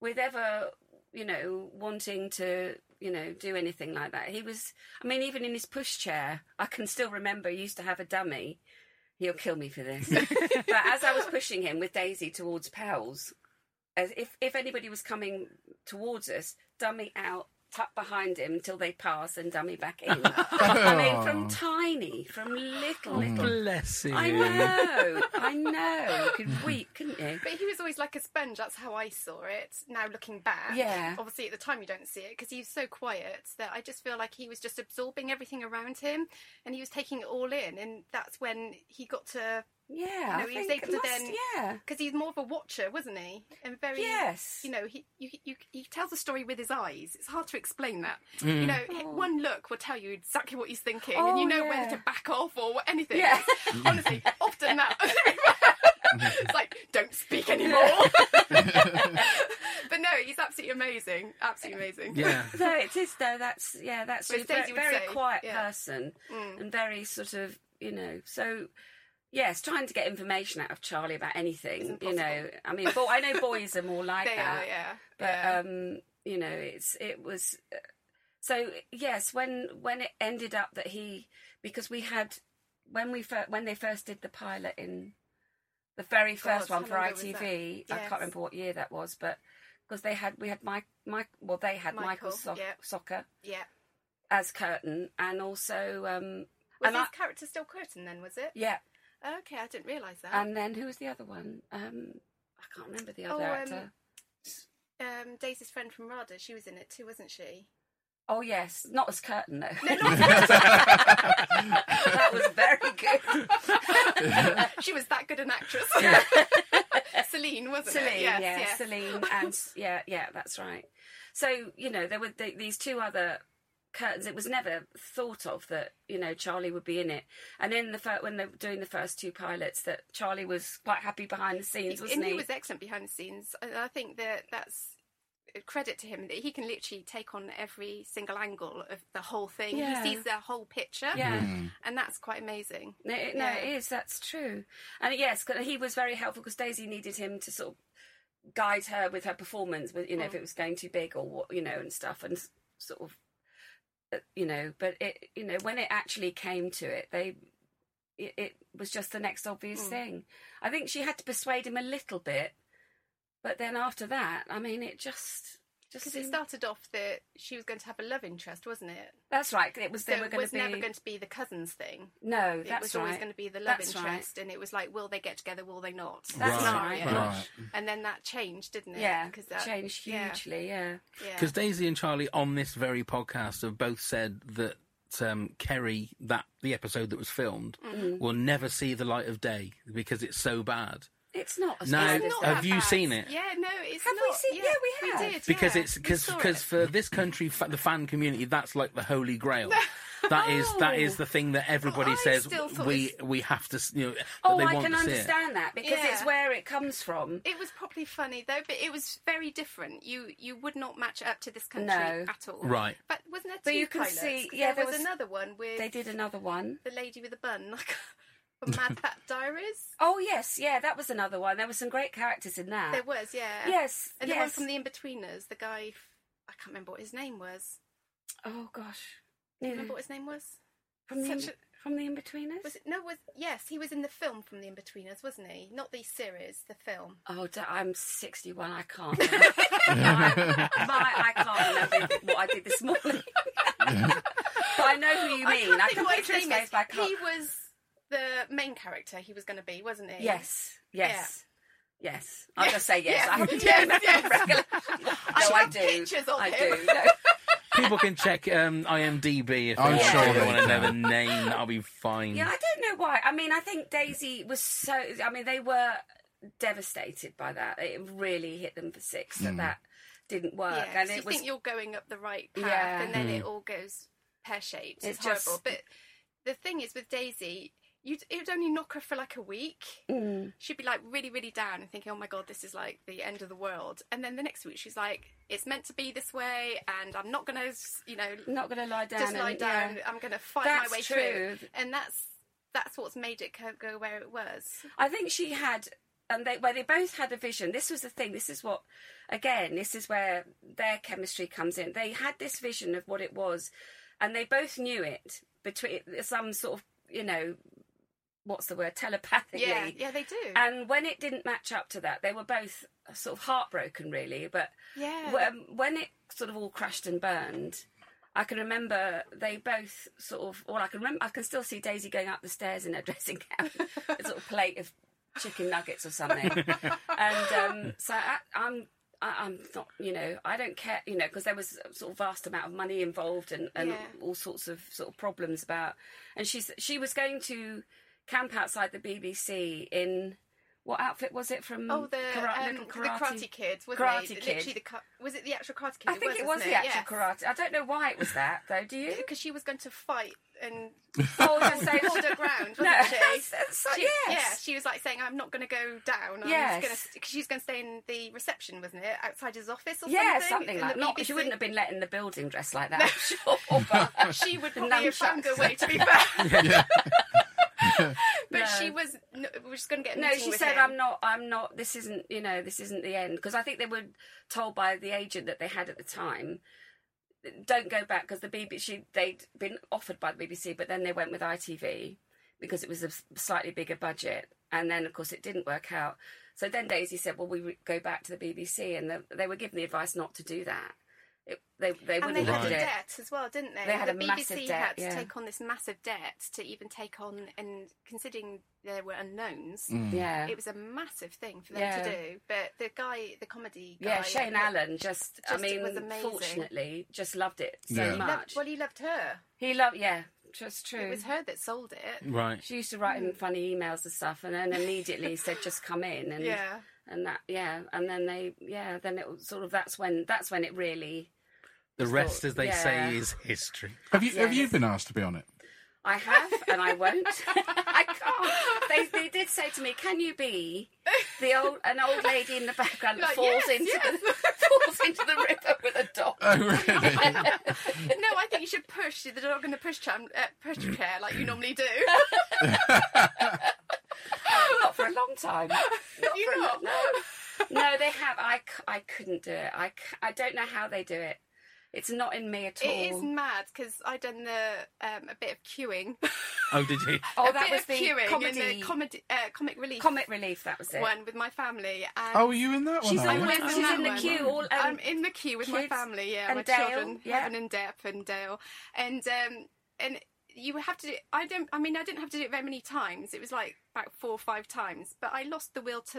Speaker 4: with ever, you know, wanting to, you know, do anything like that. He was, I mean, even in his pushchair, I can still remember he used to have a dummy. He'll kill me for this, but as I was pushing him with Daisy towards Powell's, as if if anybody was coming towards us, dummy out, tuck behind him until they pass, and dummy back in. I mean, from time Tiny from Little Little.
Speaker 1: Oh, Bless him.
Speaker 4: I know, I know. You could weep, couldn't you?
Speaker 10: But he was always like a sponge. That's how I saw it. Now looking back,
Speaker 4: Yeah.
Speaker 10: Obviously, at the time you don't see it because he was so quiet that I just feel like he was just absorbing everything around him, and he was taking it all in. And that's when he got to
Speaker 4: Yeah,
Speaker 10: No,
Speaker 4: I
Speaker 10: he was
Speaker 4: think
Speaker 10: able to
Speaker 4: it must-
Speaker 10: then-
Speaker 4: Yeah,
Speaker 10: because he's more of a watcher, wasn't he? And very
Speaker 4: Yes.
Speaker 10: You know, he you, you, he tells a story with his eyes. It's hard to explain that. You know, he- one look will tell you exactly what he's thinking, and
Speaker 4: Mm. Oh,
Speaker 10: you know
Speaker 4: yeah.
Speaker 10: whether to back off or what- anything.
Speaker 4: Yeah.
Speaker 10: [laughs] Honestly,
Speaker 4: [laughs]
Speaker 10: often that. it's like don't speak anymore.
Speaker 4: [laughs]
Speaker 10: [laughs] but no, he's absolutely amazing. Absolutely amazing. [laughs]
Speaker 1: Yeah.
Speaker 4: [laughs] no, it is though. That's yeah, that's
Speaker 10: Whereas
Speaker 4: true. Very,
Speaker 10: Daisy would
Speaker 4: very
Speaker 10: say,
Speaker 4: quiet
Speaker 10: yeah. Mm.
Speaker 4: person and very sort of you know. So yes, trying to get information out of Charlie about anything. You know, I mean, bo- I know boys are more like
Speaker 10: [laughs] They
Speaker 4: that.
Speaker 10: are, yeah.
Speaker 4: But
Speaker 10: yeah.
Speaker 4: um, you know, it's it was. uh, So yes, when when it ended up that he because we had when we fir- when they first did the pilot in the very first
Speaker 10: God,
Speaker 4: one
Speaker 10: how
Speaker 4: for
Speaker 10: long ago was that?
Speaker 4: ITV, I
Speaker 10: Yes.
Speaker 4: can't remember what year that was, but because they had we had Mike Mike well they had Michael,
Speaker 10: Michael,
Speaker 4: so-
Speaker 10: yeah.
Speaker 4: Soccer
Speaker 10: yeah.
Speaker 4: as Curtin and also um
Speaker 10: Was
Speaker 4: and
Speaker 10: his
Speaker 4: I-
Speaker 10: character still Curtin then? Was it?
Speaker 4: yeah
Speaker 10: Okay, I didn't realise that.
Speaker 4: and then who was the other one um I can't remember the other
Speaker 10: Oh, um,
Speaker 4: actor
Speaker 10: um, Daisy's friend from Rada, she was in it too, wasn't she?
Speaker 4: oh yes not as Curtin though [laughs] that was very good.
Speaker 10: she was that good
Speaker 4: [laughs]
Speaker 10: an actress. [laughs] Celine, wasn't
Speaker 4: Celine,
Speaker 10: it? Yes,
Speaker 4: yeah,
Speaker 10: yes.
Speaker 4: Celine, and yeah, yeah, that's right. So you know there were th these two other curtains. It was never thought of that you know Charlie would be in it. And in the fir- when they were doing the first two pilots, that Charlie was quite happy behind the scenes, wasn't
Speaker 10: and
Speaker 4: he?
Speaker 10: he was excellent behind the scenes. And I think that that's a credit to him that he can literally take on every single angle of the whole thing.
Speaker 4: Yeah.
Speaker 10: He sees the whole picture,
Speaker 4: yeah.
Speaker 10: and that's quite amazing.
Speaker 4: No, it, no,
Speaker 10: Yeah.
Speaker 4: it is. That's true. And yes, 'cause he was very helpful because Daisy needed him to sort of guide her with her performance, with you know,
Speaker 10: Mm.
Speaker 4: if it was going too big or what, you know, and stuff, and s- sort of, uh, you know. But it, you know, when it actually came to it, they, it, it was just the next obvious
Speaker 10: Mm.
Speaker 4: thing. I think she had to persuade him a little bit, but then after that, I mean, it just, just
Speaker 10: Because it
Speaker 4: seemed-
Speaker 10: started off that she was going to have a love interest, wasn't it?
Speaker 4: That's right. It was
Speaker 10: So
Speaker 4: they were
Speaker 10: it
Speaker 4: going
Speaker 10: was
Speaker 4: to be
Speaker 10: never going to be the cousins thing.
Speaker 4: no.
Speaker 10: It
Speaker 4: That's
Speaker 10: was
Speaker 4: right.
Speaker 10: always going to be the love
Speaker 4: That's right.
Speaker 10: interest, and it was like, will they get together? Will they not?
Speaker 4: That's
Speaker 10: not
Speaker 4: right.
Speaker 10: it.
Speaker 2: Right.
Speaker 10: And then that changed, didn't it?
Speaker 4: Yeah,
Speaker 10: because that
Speaker 4: changed
Speaker 10: yeah,
Speaker 4: hugely. yeah.
Speaker 10: yeah.
Speaker 1: Because Daisy and Charlie on this very podcast have both said that um, Kerry, that the episode that was filmed,
Speaker 10: Mm-hmm.
Speaker 1: will never see the light of day because it's so bad.
Speaker 4: It's not as
Speaker 1: No,
Speaker 4: bad
Speaker 10: It's
Speaker 4: as
Speaker 10: not
Speaker 4: that.
Speaker 1: have
Speaker 10: that
Speaker 1: you
Speaker 10: bad.
Speaker 1: seen it?
Speaker 10: Yeah, no, it's
Speaker 4: Have
Speaker 10: not.
Speaker 4: we seen- yeah, we have.
Speaker 10: did,
Speaker 1: because
Speaker 10: yeah.
Speaker 1: it's
Speaker 10: We
Speaker 1: because
Speaker 10: saw
Speaker 1: because
Speaker 10: it.
Speaker 1: for this country fa- the fan community that's like the holy
Speaker 10: [laughs]
Speaker 1: grail that is that is the thing that everybody
Speaker 10: Oh. I
Speaker 1: says
Speaker 10: still thought
Speaker 1: we
Speaker 10: it's-
Speaker 1: we have to s- you know that
Speaker 4: Oh,
Speaker 1: they
Speaker 4: I
Speaker 1: want
Speaker 4: can
Speaker 1: to see
Speaker 4: understand that because
Speaker 10: Yeah.
Speaker 4: it's where it comes from.
Speaker 10: It was probably funny though, but it was very different. You you would not match up to this country
Speaker 4: No.
Speaker 10: at all.
Speaker 1: Right.
Speaker 10: But wasn't there two
Speaker 4: But you can
Speaker 10: pilots?
Speaker 4: see-
Speaker 10: 'Cause
Speaker 4: yeah,
Speaker 10: there
Speaker 4: there
Speaker 10: was,
Speaker 4: was-
Speaker 10: another one with
Speaker 4: They did another one.
Speaker 10: the lady with the bun, [laughs] like
Speaker 1: [laughs]
Speaker 10: from Mad Fat Diaries.
Speaker 4: Oh yes, yeah, that was another one. There were some great characters in that.
Speaker 10: There was, yeah.
Speaker 4: Yes,
Speaker 10: And the one
Speaker 4: Ah. yes.
Speaker 10: from the In Betweeners, the guy. f- I can't remember what his name was.
Speaker 4: Oh gosh,
Speaker 10: Do
Speaker 4: yeah.
Speaker 10: you
Speaker 1: Hmm.
Speaker 10: Remember what his name was?
Speaker 4: from the
Speaker 10: such
Speaker 4: in- from the Inbetweeners.
Speaker 10: Was it no? Was yes, he was in the film from The In Betweeners, wasn't he? Not the series, the film.
Speaker 4: Oh, da- I'm 61. I
Speaker 10: [laughs]
Speaker 4: can't. I, [laughs] my, I can't remember what I did this
Speaker 10: [laughs]
Speaker 4: morning. [laughs] but I know who you
Speaker 10: I
Speaker 4: mean.
Speaker 10: can't
Speaker 4: I
Speaker 10: think
Speaker 4: can
Speaker 10: what
Speaker 4: picture
Speaker 10: his
Speaker 4: his
Speaker 10: name
Speaker 4: face,
Speaker 10: is.
Speaker 4: but I can't.
Speaker 10: He was the main character. He was going to be, wasn't he?
Speaker 4: Yes,
Speaker 10: Yeah.
Speaker 4: yes, yes. I'll just say yes.
Speaker 10: yes,
Speaker 4: I haven't
Speaker 10: yes,
Speaker 4: done
Speaker 10: yes.
Speaker 4: regular- No, I
Speaker 10: have
Speaker 4: do.
Speaker 10: pictures of
Speaker 4: I
Speaker 10: him. [laughs]
Speaker 4: do. No.
Speaker 1: it people can check um, IMDb if
Speaker 2: I'm
Speaker 1: they
Speaker 4: sure
Speaker 2: they
Speaker 1: want to know the
Speaker 2: can.
Speaker 1: name that'll be fine
Speaker 4: Yeah, I don't know why. I mean, I think Daisy was so. I mean, they were devastated by that. It really hit them for six that that didn't work,
Speaker 10: Yeah,
Speaker 4: and
Speaker 10: 'cause you
Speaker 4: it was.
Speaker 10: think you're going up the right path,
Speaker 4: Yeah.
Speaker 10: and then it all goes pear shaped. It's,
Speaker 4: It's just-
Speaker 10: horrible. But the thing is with Daisy, you'd it would only knock her for like a week.
Speaker 4: Hmm.
Speaker 10: She'd be like really, really down and thinking, "Oh my god, this is like the end of the world." And then the next week, she's like, "It's meant to be this way, and I'm not gonna, you know,
Speaker 4: I'm not going to lie down.
Speaker 10: just lie
Speaker 4: and- uh,
Speaker 10: down.
Speaker 4: yeah.
Speaker 10: I'm gonna fight
Speaker 4: That's
Speaker 10: my way
Speaker 4: true.
Speaker 10: through." And that's that's what's made it co- go where it was.
Speaker 4: I think she had, and they well, they both had a vision. This was the thing. This is what, again, this is where their chemistry comes in. They had this vision of what it was, and they both knew it between some sort of, you know, what's the word, telepathically.
Speaker 10: Yeah, yeah, they do.
Speaker 4: And when it didn't match up to that, they were both sort of heartbroken, really. But
Speaker 10: yeah,
Speaker 4: um, when, when it sort of all crashed and burned, I can remember they both sort of, or I can remember, I can still see Daisy going up the stairs in her [laughs] dressing gown, a sort of plate of chicken nuggets or
Speaker 10: [laughs]
Speaker 4: something. and um, so I, I'm, I, I'm not, you know, I don't care, you know, because there was a sort of vast amount of money involved and, and
Speaker 10: Yeah.
Speaker 4: all sorts of sort of problems about. And she's she was going to camp outside the BBC in what outfit was it from?
Speaker 10: Oh, the
Speaker 4: Kara-
Speaker 10: um,
Speaker 4: Little
Speaker 10: the Karate Kid, wasn't
Speaker 4: Karate
Speaker 10: it?
Speaker 4: Kid.
Speaker 10: Literally the ka- was it the actual Karate Kid?
Speaker 4: I think it was
Speaker 10: wasn't
Speaker 4: the actual karate. I don't know why it was that though. Do
Speaker 10: [laughs]
Speaker 4: you?
Speaker 10: because she was going to fight
Speaker 4: [laughs]
Speaker 10: and
Speaker 4: Oh,
Speaker 10: [laughs] hold,
Speaker 4: that's so-
Speaker 10: hold her ground,
Speaker 4: [laughs]
Speaker 10: wasn't
Speaker 4: No,
Speaker 10: she?
Speaker 4: that's- that's so-
Speaker 10: she? Yeah,
Speaker 4: yes.
Speaker 10: she was like saying, "I'm not going to go down. I'm
Speaker 4: Yes.
Speaker 10: just going to." She was going to stay in the reception, wasn't it, outside his office or
Speaker 4: Yeah,
Speaker 10: something?
Speaker 4: something like
Speaker 10: that.
Speaker 4: not. She wouldn't have been let in the building dressed like that. I'm sure, but
Speaker 10: [laughs] She
Speaker 4: [laughs]
Speaker 10: would probably have found her
Speaker 4: Nunchucks.
Speaker 10: way to be fair,
Speaker 2: yeah.
Speaker 10: [laughs] but
Speaker 4: No.
Speaker 10: she was. No, we're just going to get. a
Speaker 4: no,
Speaker 10: meeting
Speaker 4: she
Speaker 10: with
Speaker 4: said,
Speaker 10: him.
Speaker 4: "I'm not. I'm not. This isn't. You know, this isn't the end." Because I think they were told by the agent that they had at the time, "Don't go back," because the BBC they'd been offered by the BBC, but then they went with ITV because it was a s- slightly bigger budget, and then of course it didn't work out. So then Daisy said, "Well, we re- go back to the BBC," and the, they were given the advice not to do that. It, they they
Speaker 10: And
Speaker 4: wouldn't
Speaker 10: they
Speaker 4: look at
Speaker 10: had a
Speaker 4: it.
Speaker 10: debt as well, didn't they?
Speaker 4: They had
Speaker 10: the
Speaker 4: a
Speaker 10: BBC
Speaker 4: massive debt,
Speaker 10: had to
Speaker 4: yeah.
Speaker 10: take on this massive debt to even take on, and considering there were unknowns,
Speaker 4: Mm. Yeah.
Speaker 10: it was a massive thing for them
Speaker 4: Yeah.
Speaker 10: to do. But the guy, the comedy guy,
Speaker 4: yeah, Shane
Speaker 10: yeah,
Speaker 4: Allen just, I
Speaker 10: Just
Speaker 4: mean,
Speaker 10: was amazing.
Speaker 4: fortunately, just loved it so
Speaker 2: Yeah.
Speaker 10: he loved-
Speaker 4: much.
Speaker 10: well, he loved her.
Speaker 4: he loved, yeah, just true. Mm.
Speaker 10: It was Mm. her that sold it.
Speaker 1: Right.
Speaker 4: She used to write him funny emails and stuff, and then immediately said, "Just come in," and
Speaker 10: Yeah,
Speaker 4: and that, yeah, and then they, yeah, then it was sort of that's when that's when it really.
Speaker 1: The rest, as they
Speaker 4: Yeah.
Speaker 1: say, is history.
Speaker 2: Have you have you
Speaker 4: Yes.
Speaker 2: been asked to be on it? [laughs]
Speaker 4: I have and I won't. [laughs] I can't. They, they did say to me, "Can you be the old an old lady in the background that
Speaker 10: Like,
Speaker 4: falls
Speaker 10: yes,
Speaker 4: into
Speaker 10: yes.
Speaker 4: The, [laughs] falls into the river with a dog?" [laughs]
Speaker 2: Oh really?
Speaker 10: [laughs] no, I think you should push the dog in the push chair, uh, push chair like you normally do.
Speaker 4: Not for a long
Speaker 10: [laughs]
Speaker 4: time. [laughs] Not
Speaker 10: You
Speaker 4: for a
Speaker 10: not?
Speaker 4: long no. no, they have. I, c- I couldn't do it. I, c- I don't know how they do it. It's not in me at all.
Speaker 10: It is mad because I done the um, a bit of queuing,
Speaker 1: Oh, did you?
Speaker 4: oh,
Speaker 10: a
Speaker 4: that
Speaker 10: bit
Speaker 4: was
Speaker 10: of
Speaker 4: the
Speaker 10: queuing
Speaker 4: comedy,
Speaker 10: in the comedy uh, comic relief
Speaker 4: comic relief. That was it.
Speaker 10: one with my family. And
Speaker 2: Oh, were you in that one?
Speaker 4: She's
Speaker 2: Alan?
Speaker 4: all in,
Speaker 10: Oh,
Speaker 4: she's in the
Speaker 10: that
Speaker 4: queue.
Speaker 10: one.
Speaker 4: All um,
Speaker 10: I'm in the queue with my
Speaker 4: kids
Speaker 10: family, yeah,
Speaker 4: and
Speaker 10: my
Speaker 4: Dale,
Speaker 10: children,
Speaker 4: yeah.
Speaker 10: Heaven and Depp and Dale, and um, and you have to. Do, I don't. I mean, I didn't have to do it very many times. It was like about four or five times, but I lost the will to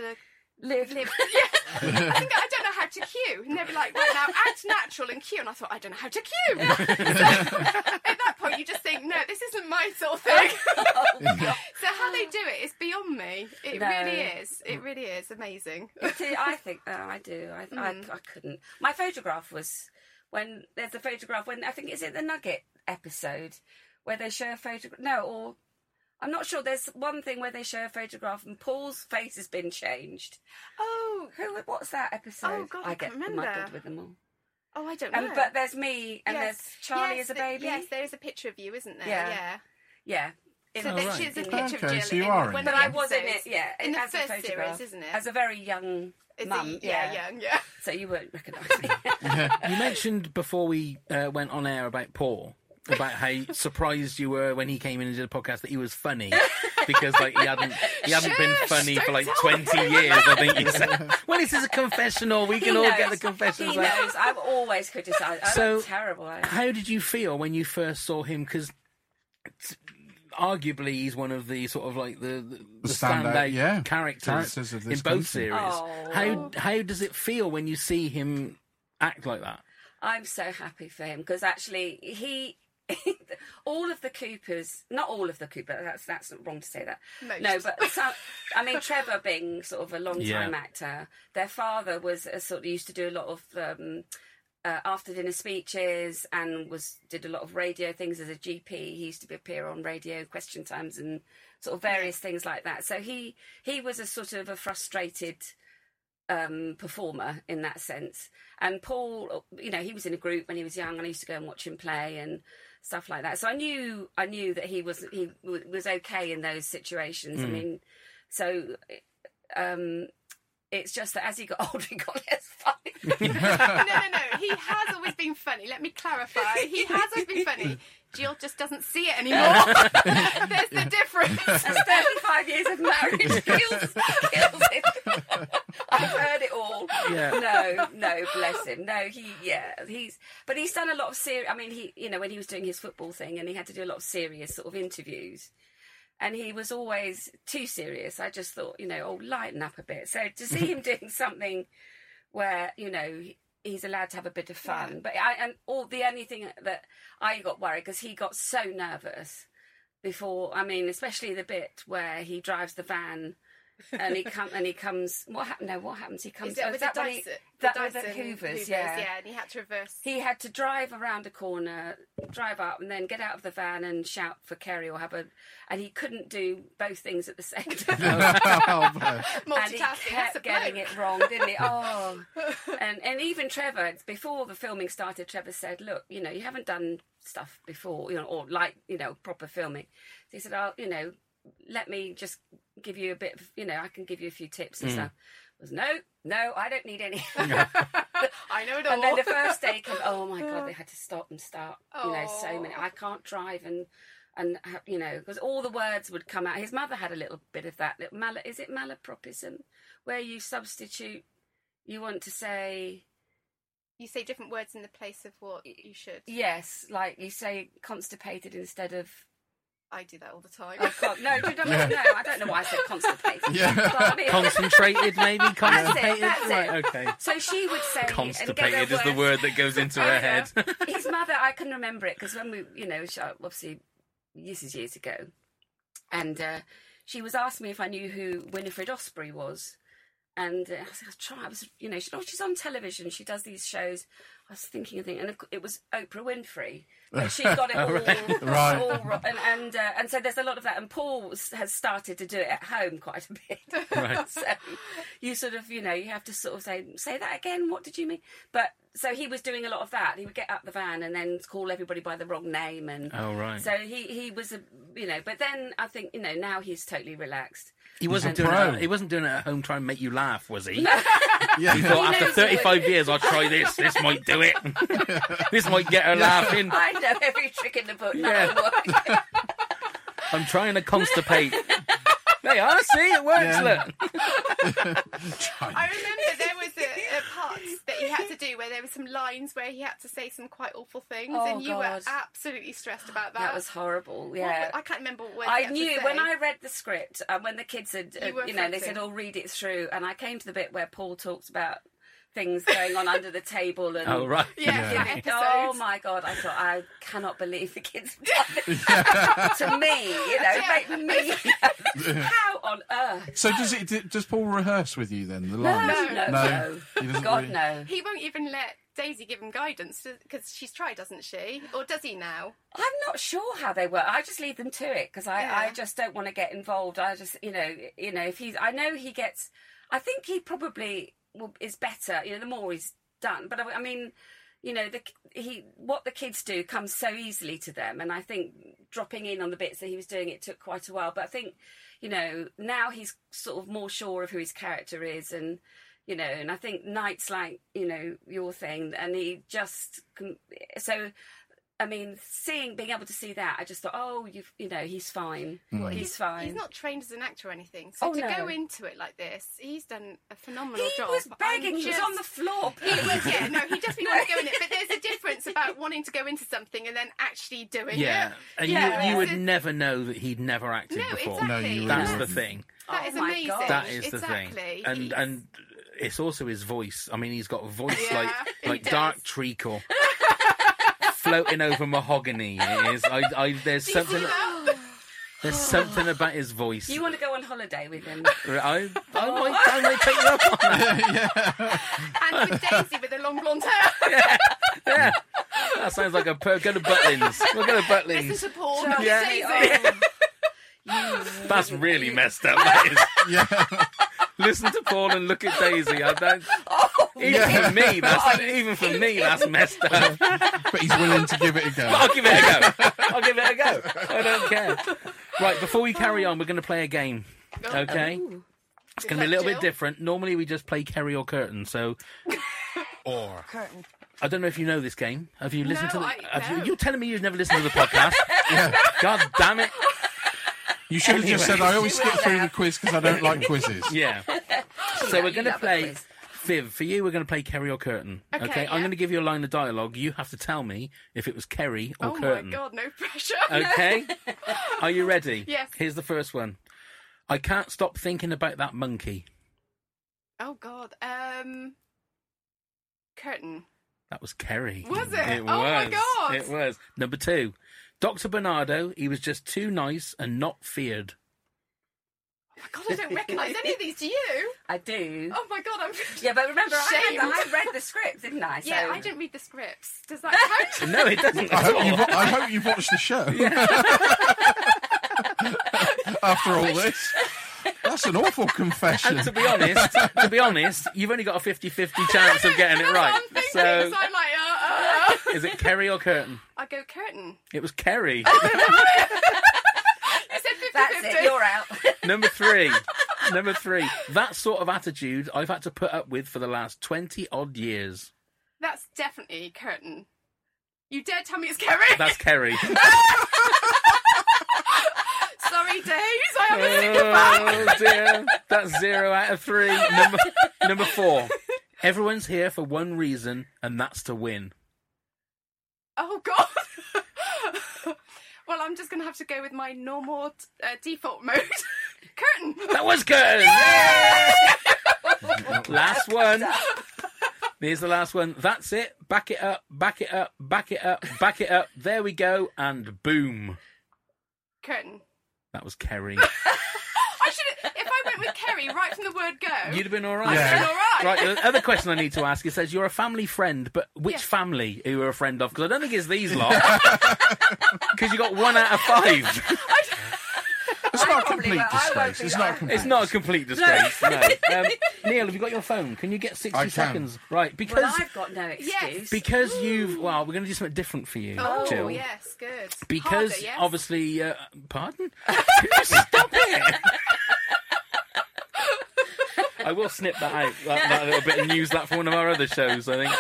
Speaker 4: live, [laughs]
Speaker 10: live. yeah, [laughs] I, think, I don't know how to queue. And they were like, right now, act natural and queue, and I thought I don't know how to
Speaker 4: [laughs]
Speaker 10: queue. At that point, you just think, no, this isn't my sort
Speaker 4: [laughs]
Speaker 10: of thing. so how they do it is beyond me. It
Speaker 4: Oh, No.
Speaker 10: really is. It really is
Speaker 4: [laughs]
Speaker 10: amazing.
Speaker 4: It is- I think oh, I do. I,
Speaker 10: Mm-hmm.
Speaker 4: I I couldn't. My photograph was when there's a photograph when I think is it the Nugget episode where they show a photograph. No, or I'm not sure. There's one thing where they show a photograph and Paul's face has been changed.
Speaker 10: Oh,
Speaker 4: Who? What's that episode?
Speaker 10: Oh, God, I
Speaker 4: get
Speaker 10: can't
Speaker 4: muddled
Speaker 10: remember.
Speaker 4: with them all.
Speaker 10: oh, I don't know.
Speaker 4: Um, but there's me and
Speaker 10: Yes.
Speaker 4: there's Charlie
Speaker 10: Yes,
Speaker 4: as a
Speaker 10: the-
Speaker 4: baby.
Speaker 10: yes, there is a picture of you, isn't there?
Speaker 4: Yeah.
Speaker 10: Yeah.
Speaker 4: Yeah. In
Speaker 10: So
Speaker 1: Oh,
Speaker 4: the-
Speaker 10: there-
Speaker 1: right.
Speaker 10: she's a
Speaker 4: in the-
Speaker 10: picture
Speaker 2: Okay,
Speaker 10: of Jill.
Speaker 2: so you
Speaker 10: in
Speaker 2: are
Speaker 10: one
Speaker 2: in
Speaker 10: of
Speaker 4: but
Speaker 10: the
Speaker 4: I was in it.
Speaker 10: episodes.
Speaker 4: Yeah,
Speaker 10: in the
Speaker 4: as a
Speaker 10: first
Speaker 4: photograph,
Speaker 10: series, isn't it?
Speaker 4: As a very young
Speaker 10: Is it-
Speaker 4: mum.
Speaker 10: yeah, young, yeah.
Speaker 4: So you won't recognise me.
Speaker 1: [laughs] You mentioned before we uh, went on air about Paul, about how surprised you were when he came in and did a podcast that he was funny because like he hadn't he hadn't been
Speaker 10: Shush,
Speaker 1: funny for
Speaker 10: don't
Speaker 1: like
Speaker 10: tell
Speaker 1: twenty years. I think you
Speaker 2: [laughs]
Speaker 1: said. Well, this is a confessional. We
Speaker 4: He
Speaker 1: can all get the
Speaker 4: knows.
Speaker 1: confessions.
Speaker 4: He
Speaker 1: out.
Speaker 4: knows. I've always criticised. I'm
Speaker 1: So-
Speaker 4: terrible. at it.
Speaker 1: How did you feel when you first saw him? Because arguably he's one of the sort of like the, the, the standout,
Speaker 2: standout, yeah,
Speaker 1: characters,
Speaker 2: characters of this
Speaker 1: in both
Speaker 2: country.
Speaker 1: series.
Speaker 4: Oh.
Speaker 1: How how does it feel when you see him act like that?
Speaker 4: I'm so happy for him because actually he. [laughs] all of the Coopers, not all of the Cooper. That's that's not wrong to say that.
Speaker 10: Most.
Speaker 4: No, but some, I mean Trevor being sort of a long
Speaker 1: Yeah.
Speaker 4: time actor. Their father was a sort of used to do a lot of um, uh, after dinner speeches and was did a lot of radio things as a GP. He used to be appear on radio question times and sort of various things like that. So he he was a sort of a frustrated um, performer in that sense. And Paul, you know, he was in a group when he was young, and I used to go and watch him play and stuff like that. So I knew I knew that he was he w- was okay in those situations. I mean, so um, it's just that as he got [laughs] older, he got less funny.
Speaker 10: [laughs] no, no, no. He has always been funny. Let me clarify. He has always been funny. Jill just doesn't see it anymore. There's the difference.
Speaker 4: That's 35 years of
Speaker 10: [laughs]
Speaker 4: marriage kills, kills it. I've heard it all.
Speaker 1: Yeah.
Speaker 4: No, no. bless him. No, he, yeah, he's, but he's done a lot of serious. I mean, he, you know, when he was doing his football thing, and he had to do a lot of serious sort of interviews, and he was always too serious. I just thought, you know, oh, lighten up a bit. So to see him [laughs] doing something where you know he's allowed to have a bit of fun, but I and all the only thing that I got worried because he got so nervous before. I mean, especially the bit where he drives the van.
Speaker 10: [laughs]
Speaker 4: and he come and he comes. What happened? No, what happens? He comes.
Speaker 10: Is that
Speaker 4: oh,
Speaker 10: with
Speaker 4: that
Speaker 10: the
Speaker 4: when he-
Speaker 10: Dyson?
Speaker 4: that
Speaker 10: the
Speaker 4: was
Speaker 10: Dyson
Speaker 4: at Hoovers, yeah.
Speaker 10: yeah, and he had to reverse.
Speaker 4: He had to drive around a corner, drive up, and then get out of the van and shout for Kerry or have a. And he couldn't do both things at the same [laughs] time.
Speaker 2: [laughs] oh, bless.
Speaker 4: and he
Speaker 10: Multitasking, that's a
Speaker 4: kept getting
Speaker 10: bloke.
Speaker 4: it wrong, didn't he? Oh, and and even Trevor before the filming started, Trevor said, "Look, you know, you haven't done stuff before, you know, or like you know proper filming." So he said, "I'll, you know, let me just give you a bit of, you know, I can give you a few tips and stuff." I was no, no, I don't need any.
Speaker 10: I know it all.
Speaker 4: And then the
Speaker 10: [laughs]
Speaker 4: first day came. Oh my god, they had to stop and start. You know, so
Speaker 10: Aw.
Speaker 4: many. I can't drive and and ha- you know because all the words would come out. His mother had a little bit of that. Little mal- is it malapropism, where you substitute. You want to say
Speaker 10: you say different words in the place of what you should.
Speaker 4: yes, like you say constipated instead of.
Speaker 10: I do that all the time.
Speaker 4: Oh God, no, do you know, no, I don't know why I said constipated.
Speaker 2: Yeah.
Speaker 4: But I mean-
Speaker 1: [laughs] Concentrated, maybe? Constipated?
Speaker 4: that's it.
Speaker 1: right, okay.
Speaker 4: so she would say and
Speaker 6: Constipated
Speaker 4: get her
Speaker 6: is the word
Speaker 4: words-
Speaker 6: that goes into her head. [laughs]
Speaker 4: [laughs] his mother, I can remember it because when we, you know, she- uh, obviously this is years ago, and uh, she was asking me if I knew who Winifred Osprey was, and uh, I was like, I'll try. I was, you know, she, oh, she's on television. She does these shows. I was thinking of thing, and of cou- it was Oprah Winfrey. But she
Speaker 6: [laughs]
Speaker 4: got it all,
Speaker 2: Right.
Speaker 4: all ro- and and, uh, and so there's a lot of that. And Paul s- has started to do it at home quite a bit. [laughs]
Speaker 6: Right.
Speaker 4: so you sort of, you know, you have to sort of say, say that again. What did you mean? But so he was doing a lot of that. He would get up the van and then call everybody by the wrong name, and
Speaker 6: Oh, right.
Speaker 4: so he he was a, you know. But then I think you know now he's totally relaxed.
Speaker 1: He wasn't
Speaker 4: a
Speaker 1: doing
Speaker 2: pro.
Speaker 1: it. He wasn't doing it at home trying to make you laugh, was
Speaker 4: [laughs]
Speaker 1: he?
Speaker 6: He thought, after
Speaker 4: knows it would.
Speaker 6: 35 years, I'll try
Speaker 4: [laughs]
Speaker 6: this. This might do
Speaker 1: [laughs]
Speaker 6: it. this might get her laughing.
Speaker 4: I know every trick in the book. none of them work.
Speaker 1: [laughs] I'm trying to constipate. hey, I see it works.
Speaker 2: Yeah.
Speaker 1: Look,
Speaker 10: [laughs] I remember there was a, a part that he had to do where there were some lines where he had to say some quite awful things,
Speaker 4: Oh,
Speaker 10: and you were
Speaker 4: God.
Speaker 10: absolutely stressed about that.
Speaker 4: that was horrible.
Speaker 10: What
Speaker 4: Yeah.
Speaker 10: was- I can't remember what he
Speaker 4: I
Speaker 10: had to
Speaker 4: knew
Speaker 10: say.
Speaker 4: when I read the script, and when the kids had, uh,
Speaker 10: You were
Speaker 4: you, know, they
Speaker 10: fretting.
Speaker 4: said, "Oh, read it through," and I came to the bit where Paul talks about things going on under the table and.
Speaker 1: oh right.
Speaker 10: Yeah,
Speaker 2: Yeah.
Speaker 10: that episode.
Speaker 4: Oh my god! I thought I cannot believe the
Speaker 10: [laughs]
Speaker 4: kids have done this to me. You know,
Speaker 10: Yeah.
Speaker 4: make me.
Speaker 10: [laughs]
Speaker 4: [laughs] How on earth?
Speaker 2: So does it? d- Does Paul rehearse with you then? The
Speaker 4: No,
Speaker 2: lines?
Speaker 4: no, no.
Speaker 2: He doesn't
Speaker 4: God
Speaker 2: really- [laughs]
Speaker 4: no!
Speaker 10: He won't even let Daisy give him guidance because she's tried, doesn't she? Or does he now?
Speaker 4: I'm not sure how they work. I just leave them to it because I, I
Speaker 10: Yeah.
Speaker 4: just don't want to get involved. I just, you know, you know, if he's, I know he gets. I think he probably will, is better. You know, the more he's done. But I, I mean, you know, the he what the kids do comes so easily to them, and I think dropping in on the bits that he was doing it took quite a while. But I think, you know, now he's sort of more sure of who his character is, and you know, and I think nights like you know your thing, and he just com- so. I mean, seeing, being able to see that, I just thought, oh, you, you know, he's fine.
Speaker 10: Hmm.
Speaker 4: He's fine.
Speaker 10: He's not trained as an actor or anything, so
Speaker 4: Oh,
Speaker 10: to
Speaker 4: no.
Speaker 10: go into it like this, he's done a phenomenal
Speaker 4: he
Speaker 10: job.
Speaker 4: was
Speaker 10: I'm
Speaker 4: begging. He was
Speaker 10: just-
Speaker 4: on the floor.
Speaker 10: [laughs] He was, yeah, no,
Speaker 4: [laughs]
Speaker 10: he definitely wanted to go in it, but there's a difference about wanting to go into something and then actually doing
Speaker 1: Yeah,
Speaker 10: it.
Speaker 1: and
Speaker 4: Yeah.
Speaker 1: you, you would
Speaker 10: This is-
Speaker 1: never know that he'd never acted
Speaker 10: No,
Speaker 1: before.
Speaker 10: exactly.
Speaker 2: No, you
Speaker 1: That's
Speaker 2: wouldn't.
Speaker 1: the thing.
Speaker 10: That
Speaker 4: Oh
Speaker 10: is
Speaker 4: my
Speaker 10: amazing.
Speaker 4: God.
Speaker 1: That is the
Speaker 10: exactly.
Speaker 1: thing. And
Speaker 10: He's-
Speaker 1: and it's also his voice. I mean, he's got a voice
Speaker 10: Yeah,
Speaker 1: like
Speaker 10: [laughs] he
Speaker 1: like
Speaker 10: does.
Speaker 1: dark treacle. Floating over mahogany, it is. I, I, there's something. [laughs] There's something about his voice.
Speaker 4: You want to go on holiday with
Speaker 10: [laughs]
Speaker 4: him?
Speaker 1: I, I might finally pick you up on that.
Speaker 10: and with Daisy with the long blonde
Speaker 4: [laughs]
Speaker 10: hair.
Speaker 1: Yeah. That sounds like a per- go to Butlins. We'll go to Butlins.
Speaker 10: Listen to Paul.
Speaker 4: Charles,
Speaker 10: with
Speaker 1: Yeah.
Speaker 10: Daisy.
Speaker 1: That's really messed up. That is. Listen to Paul and look at Daisy. I
Speaker 4: [laughs]
Speaker 1: don't.
Speaker 4: Oh,
Speaker 1: even for me, that's even for me, that's messed
Speaker 4: [laughs]
Speaker 1: up. But
Speaker 2: But he's willing to give it a go.
Speaker 1: I'll give it a go. I'll give it a go. I don't care. Right, before we carry on, we're going to play a game.
Speaker 10: Oh,
Speaker 1: Okay. It's going to be a little bit
Speaker 10: Jill?
Speaker 1: different. Normally, we just play carry or curtain.
Speaker 10: [laughs]
Speaker 1: So
Speaker 2: Or
Speaker 9: Curtain.
Speaker 1: I don't know if you know this game. Have you listened
Speaker 10: No,
Speaker 1: to
Speaker 10: I-
Speaker 1: the? have you,
Speaker 10: no.
Speaker 1: you're telling me you've never listened to the
Speaker 10: [laughs]
Speaker 1: podcast. God damn it!
Speaker 2: you should have just
Speaker 1: Anyway.
Speaker 10: [laughs]
Speaker 2: said I always skip through the quiz because I don't like quizzes.
Speaker 1: Yeah. so we're
Speaker 4: you
Speaker 1: going to
Speaker 4: love a
Speaker 1: play
Speaker 4: quiz.
Speaker 1: Viv, for you, we're going to play Kerry or Curtain.
Speaker 10: Okay,
Speaker 1: I'm
Speaker 10: yeah.
Speaker 1: going to give you a line of dialogue. You have to tell me if it was Kerry or
Speaker 10: oh
Speaker 1: Curtain.
Speaker 10: my god, no pressure.
Speaker 1: [laughs] Okay. Are you ready?
Speaker 10: Yes.
Speaker 1: Here's the first one. I can't stop thinking about that monkey.
Speaker 10: [laughs] Oh god. Um curtain.
Speaker 1: That was Kerry.
Speaker 10: Was it?
Speaker 1: It
Speaker 10: Oh,
Speaker 1: was.
Speaker 10: my God.
Speaker 1: It was. Number two. Dr. Bernardo, he was just too nice and not feared.
Speaker 10: Oh my god, I don't recognise any of these. Do you?
Speaker 4: I do.
Speaker 10: Oh my god, I'm
Speaker 4: [laughs] Yeah, but remember, I, had,
Speaker 10: Shame.
Speaker 4: I read the script, didn't I? So
Speaker 10: Yeah, I didn't read the scripts. Does that
Speaker 4: [laughs]
Speaker 10: count? [laughs]
Speaker 1: No, it doesn't.
Speaker 2: I
Speaker 1: at
Speaker 2: hope,
Speaker 1: all.
Speaker 2: you've, I hope you've watched the show. [laughs] After all this, that's an awful confession.
Speaker 1: And to be honest, to be honest, you've only got a
Speaker 10: [laughs]
Speaker 1: 50-50 chance of getting it right.
Speaker 10: I'm thinking,
Speaker 1: So,
Speaker 10: so I'm like, uh, uh.
Speaker 1: is it Kerry or Curtain?
Speaker 10: I go curtain.
Speaker 1: It was Kerry.
Speaker 10: [laughs] I said 50
Speaker 4: that's [laughs] it. You're out.
Speaker 1: Number three. Number three. That sort of attitude I've had to put up with for the last 20 odd years.
Speaker 10: That's definitely curtain. You dare tell me it's Kerry?
Speaker 1: That's Kerry.
Speaker 10: [laughs] Sorry, Dave. I haven't
Speaker 1: [laughs]
Speaker 10: seen it back.
Speaker 1: Oh dear. That's zero out of three. Number, number four. Everyone's here for one reason, and that's to win.
Speaker 10: Oh god. [laughs] well, I'm just gonna have to go with my normal uh, default mode. [laughs] curtain.
Speaker 1: That was good. [laughs] last one. Here's the last one. That's it. Back it up, back it up, back it up, back it up. There we go. And boom.
Speaker 10: Curtain.
Speaker 1: That was Kerry.
Speaker 10: I should. If I went with Kerry right from the word go,
Speaker 1: You'd have been all right.
Speaker 10: I'd have been all right.
Speaker 1: Right, the other question I need to ask it says you're a family friend, but which
Speaker 10: Yes.
Speaker 1: family are you a friend of? Because I don't think it's these lot. [laughs] Because you got one out of five.
Speaker 2: it's not a
Speaker 4: probably
Speaker 2: complete
Speaker 4: won't- I won't
Speaker 2: disgrace.
Speaker 4: be
Speaker 2: It's
Speaker 4: like-
Speaker 2: not a complete.
Speaker 1: It's not a complete disgrace. No. Um, Neil, have you got your phone? Can you get sixty
Speaker 2: I can.
Speaker 1: seconds? Right, because
Speaker 4: Well, I've got no excuse.
Speaker 1: because you've well, we're going to do something different for you,
Speaker 10: Oh
Speaker 1: Jill.
Speaker 10: yes, good.
Speaker 1: Because
Speaker 10: Harder, yes?
Speaker 1: obviously, uh,
Speaker 4: [laughs]
Speaker 1: pardon. Stop it. I will snip that out, that, that little bit, and use that for one of our other shows. I think.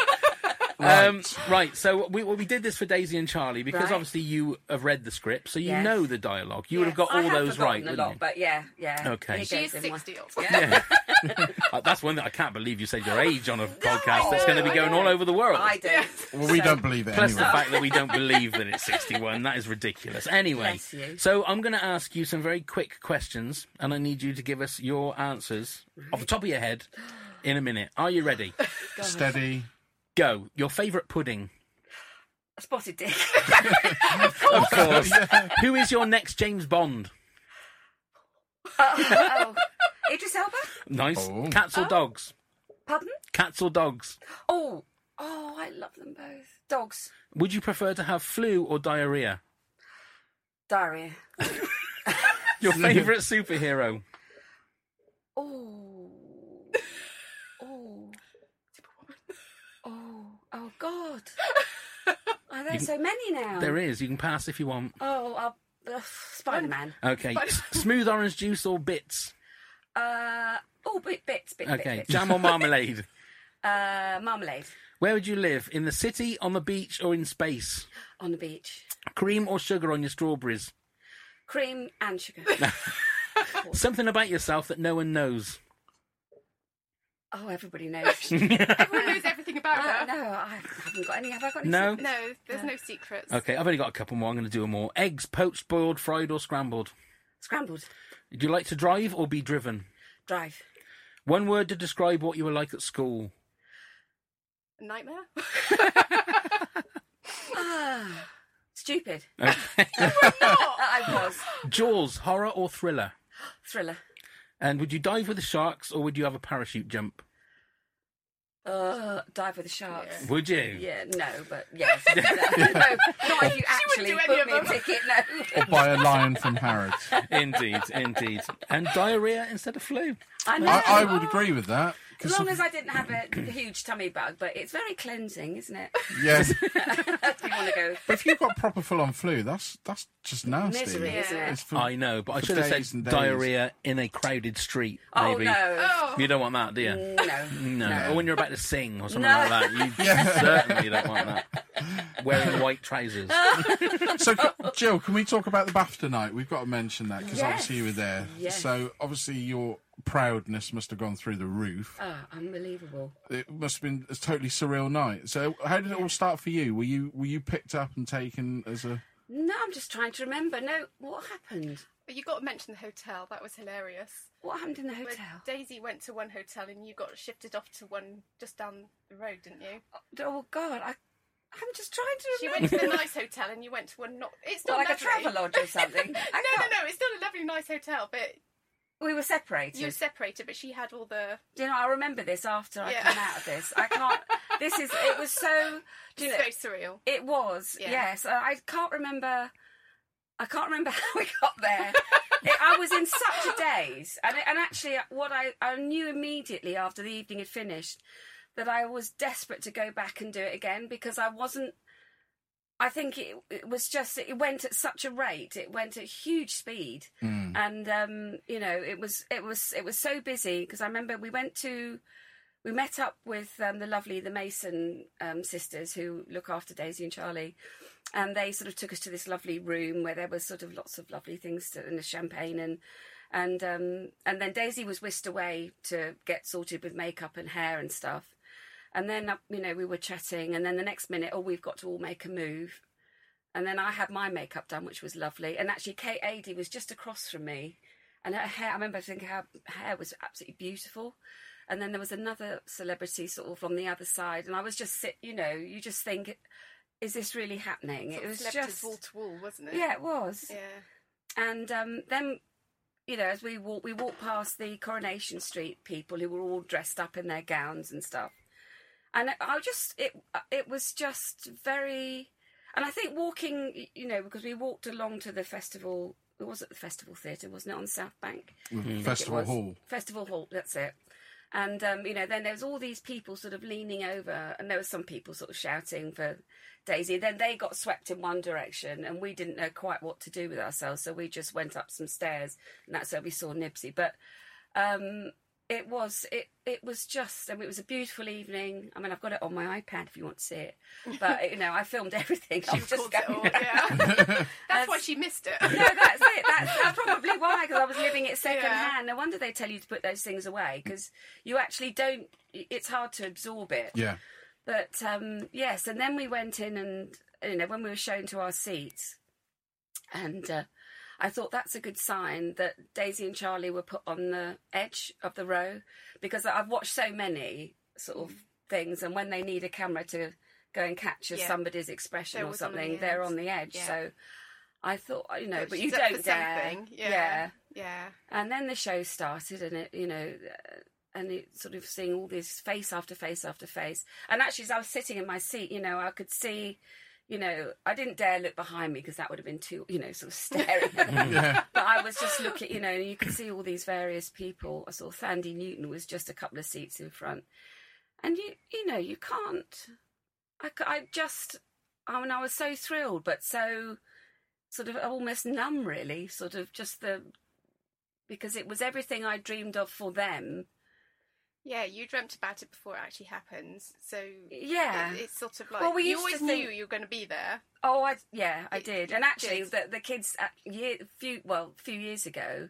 Speaker 1: Um, right, so we well, we did this for Daisy and Charlie because
Speaker 4: Right.
Speaker 1: obviously you have read the script, so you
Speaker 4: Yes.
Speaker 1: know the dialogue. You would have
Speaker 10: Yes.
Speaker 1: got
Speaker 4: I
Speaker 1: all
Speaker 4: have
Speaker 1: those right,
Speaker 4: forgotten a
Speaker 1: wouldn't
Speaker 4: lot,
Speaker 1: you?
Speaker 4: but yeah, yeah.
Speaker 1: Okay.
Speaker 4: It
Speaker 10: she
Speaker 4: goes
Speaker 10: is
Speaker 4: in one-
Speaker 10: sixty [laughs] old.
Speaker 1: [laughs] Yeah. [laughs] Uh, That's one that I can't believe you said your age
Speaker 4: [laughs]
Speaker 1: on a podcast that's going to be
Speaker 10: I
Speaker 1: going
Speaker 10: know.
Speaker 1: all over the world.
Speaker 4: I do.
Speaker 2: Well, we
Speaker 4: So-
Speaker 2: don't believe it
Speaker 1: Plus
Speaker 2: anyway.
Speaker 1: the fact that we don't believe that it's 61, that is ridiculous. Anyway,
Speaker 4: Bless you.
Speaker 1: so I'm going to ask you some very quick questions, and I need you to give us your answers off the top of your head in a minute. Are you ready?
Speaker 2: Steady.
Speaker 1: Go. Your favourite pudding,
Speaker 4: Spotted dick. [laughs]
Speaker 1: of course. [laughs] Who is your next James Bond?
Speaker 4: oh, oh. Idris Elba?
Speaker 1: Nice.
Speaker 2: Oh.
Speaker 1: Cats or dogs?
Speaker 4: Pardon?
Speaker 1: Cats or dogs?
Speaker 4: Oh, oh, I love them both. Dogs.
Speaker 1: Would you prefer to have flu or diarrhea?
Speaker 4: Diarrhea.
Speaker 1: Your favourite superhero?
Speaker 4: [laughs] Oh. [laughs] Oh. Oh. Oh, God. Are there so many now?
Speaker 1: There is. You can pass if you want.
Speaker 4: Oh, I'll, uh, Spider Man.
Speaker 1: Okay. S- Smooth orange juice or bits?
Speaker 4: Uh, oh, bit, bits, bit,
Speaker 1: Okay.
Speaker 4: bit, bit.
Speaker 1: Jam or marmalade?
Speaker 4: Uh, marmalade
Speaker 1: Where would you live? In the city, on the beach, or in space?
Speaker 4: on the beach.
Speaker 1: Cream or sugar on your strawberries?
Speaker 4: Cream and sugar.
Speaker 1: Something about yourself that no one knows.
Speaker 4: oh, everybody knows. no,
Speaker 10: Everyone knows everything about her.
Speaker 4: I haven't got any. Have I got any?
Speaker 1: No?
Speaker 10: No, there's no secrets.
Speaker 1: Okay, I've only got a couple more. I'm going to do them all. Eggs, poached, boiled, fried, or scrambled?
Speaker 4: Scrambled.
Speaker 1: Do you like to drive or be driven?
Speaker 4: Drive.
Speaker 1: One word to describe what you were like at school.
Speaker 10: Nightmare. [laughs]
Speaker 4: Ah, stupid. [laughs]
Speaker 1: Okay.
Speaker 4: I was.
Speaker 1: Jaws, horror or thriller?
Speaker 4: Thriller.
Speaker 1: And would you dive with the sharks or would you have a parachute jump?
Speaker 4: Uh, dive with the sharks.
Speaker 1: Would you?
Speaker 4: Yeah, [laughs] no, but yes. No, no, not if you actually
Speaker 10: do any
Speaker 4: book
Speaker 10: of
Speaker 4: me a
Speaker 10: them.
Speaker 4: ticket, no.
Speaker 2: Or by a lion from Harrods.
Speaker 1: [laughs] Indeed, indeed. And diarrhea instead of flu.
Speaker 4: I know.
Speaker 2: I, I would agree with that.
Speaker 4: As long as I didn't have a huge tummy bug, but it's very cleansing, isn't it? [laughs]
Speaker 2: Yes.
Speaker 4: If you want to go
Speaker 2: But if you've got proper full on flu, that's that's just nasty.
Speaker 4: misery, isn't it?
Speaker 2: It's for-
Speaker 1: I know, but I
Speaker 2: Hmm. For
Speaker 1: should have
Speaker 2: days
Speaker 1: said
Speaker 2: and days.
Speaker 1: diarrhea in a crowded street,
Speaker 4: Oh,
Speaker 1: maybe.
Speaker 4: no.
Speaker 10: Oh,
Speaker 1: You don't want that, do you?
Speaker 4: No.
Speaker 1: No. Or when you're about to sing or something
Speaker 4: No.
Speaker 1: like that.
Speaker 4: [laughs]
Speaker 1: You certainly don't want that. Wearing white
Speaker 4: [laughs]
Speaker 1: trousers.
Speaker 2: So, c- Jill, can we talk about the BAFTA night? We've got to mention that because
Speaker 4: Yes.
Speaker 2: obviously you were there.
Speaker 4: Yes.
Speaker 2: So, obviously, you're proudness must have gone through the roof.
Speaker 4: Ah, unbelievable.
Speaker 2: It must have been a totally surreal night. So, how did it all start for you? Were you were you picked up and taken as a?
Speaker 4: No, I'm just trying to remember. No, what happened?
Speaker 10: You got to mention the hotel. That was hilarious.
Speaker 4: What happened in the
Speaker 10: Where
Speaker 4: hotel?
Speaker 10: Daisy went to one hotel and you got shifted off to one just down the road, didn't you?
Speaker 4: Oh God, I, I'm just trying to
Speaker 10: She
Speaker 4: remember.
Speaker 10: went to the nice hotel and you went to one not. It's
Speaker 4: Well,
Speaker 10: not
Speaker 4: like a
Speaker 10: lovely.
Speaker 4: travel lodge or something.
Speaker 10: [laughs] no,
Speaker 4: I
Speaker 10: no,
Speaker 4: can't-
Speaker 10: no. It's still a lovely, nice hotel, but
Speaker 4: We were separated.
Speaker 10: you were separated. But she had all the
Speaker 4: Do you know, I remember this after I
Speaker 10: Yeah.
Speaker 4: came out of this. I can't. This is. It was so. Do you know?
Speaker 10: it's very surreal.
Speaker 4: It was.
Speaker 10: Yeah.
Speaker 4: Yes. Uh, I I can't remember. I can't remember [laughs] how we got there. It- I was in such a daze, and and actually, uh, what I I knew immediately after the evening had finished that I was desperate to go back and do it again because I wasn't. I think it, it was just it went at such a rate. It went at huge speed, and um, you know it was it was it was so busy because I remember we went to we met up with um, the lovely the Mason um, sisters who look after Daisy and Charlie, and they sort of took us to this lovely room where there was sort of lots of lovely things to, and the champagne and and um, and then Daisy was whisked away to get sorted with makeup and hair and stuff, and then uh, you know we were chatting, and then the next minute, oh, we've got to all make a move. And then I had my makeup done, which was lovely. And actually, KateAdy was just across from me, and her hair—I remember thinking her hair was absolutely beautiful. And then there was another celebrity sort of on the other side, and I was just sit, you know, you just think, is this really happening?
Speaker 10: Sort
Speaker 4: it
Speaker 10: of
Speaker 4: was
Speaker 10: celebrities
Speaker 4: just,
Speaker 10: wall to wall, wasn't it?
Speaker 4: yeah, it was.
Speaker 10: [laughs] Yeah.
Speaker 4: And um, then, you know, as we walk, we walked past the Coronation Street people who were all dressed up in their gowns and stuff. And I- I just, it, uh, it was just very, and I think walking, y- you know, because we walked along to the festival. It was at the festival theatre, wasn't it, on South Bank?
Speaker 2: Festival
Speaker 4: was.
Speaker 2: Hall.
Speaker 4: Festival Hall, that's it. And um, you know, then there was all these people sort of leaning over, and there were some people sort of shouting for Daisy. Then they got swept in one direction, and we didn't know quite what to do with ourselves, so we just went up some stairs, and that's where we saw Nibsy. But um, it was it it was just, I mean, it was a beautiful evening. I mean, I've got it on my iPad if you want to see it, but you know, I filmed [laughs] everything. I was just
Speaker 10: Calls it
Speaker 4: going- [laughs]
Speaker 10: all, yeah. That's why she missed it.
Speaker 4: no, [laughs] that's it. That's, that's probably why, because I was living it second
Speaker 10: Yeah.
Speaker 4: hand. No wonder they tell you to put those things away, because you actually don't. It's hard to absorb it.
Speaker 1: [laughs]
Speaker 2: Yeah.
Speaker 4: But um, yes, and then we went in, and you know, when we were shown to our seats, and uh, I thought that's a good sign that Daisy and Charlie were put on the edge of the row, because I've watched so many sort of things, and when they need a camera to go and capture
Speaker 10: Yeah.
Speaker 4: somebody's expression
Speaker 10: They're
Speaker 4: or
Speaker 10: always on the
Speaker 4: something, they're
Speaker 10: edge.
Speaker 4: on the edge.
Speaker 10: Yeah.
Speaker 4: So. I thought, you
Speaker 10: [laughs]
Speaker 4: know, but you
Speaker 10: She's up
Speaker 4: don't
Speaker 10: for
Speaker 4: dare.
Speaker 10: something. Yeah. Yeah.
Speaker 4: And then the show started, and it, you know, uh, and it sort of seeing all this face after face after face. And actually, as I was sitting in my seat, you know, I could see, you know, I didn't dare look behind me because that would have been too, you know, sort of staring. But I was just looking, you know, and you could see all these various people. I saw Sandy Newton was just a couple of seats in front, and you, you know, you can't. I, c- I just, I mean, I was so thrilled, but so sort of almost numb, really. Sort of just the because it was everything I dreamed of for them.
Speaker 10: Yeah, you dreamt about it before it actually happens. So
Speaker 4: Yeah.
Speaker 10: it- it's sort of like
Speaker 4: Well, we
Speaker 10: you
Speaker 4: used to
Speaker 10: always
Speaker 4: think-
Speaker 10: knew you were going to be there.
Speaker 4: Oh, I yeah, I
Speaker 10: It-
Speaker 4: did.
Speaker 10: it
Speaker 4: And actually,
Speaker 10: did.
Speaker 4: the, the kids at year few well few years ago.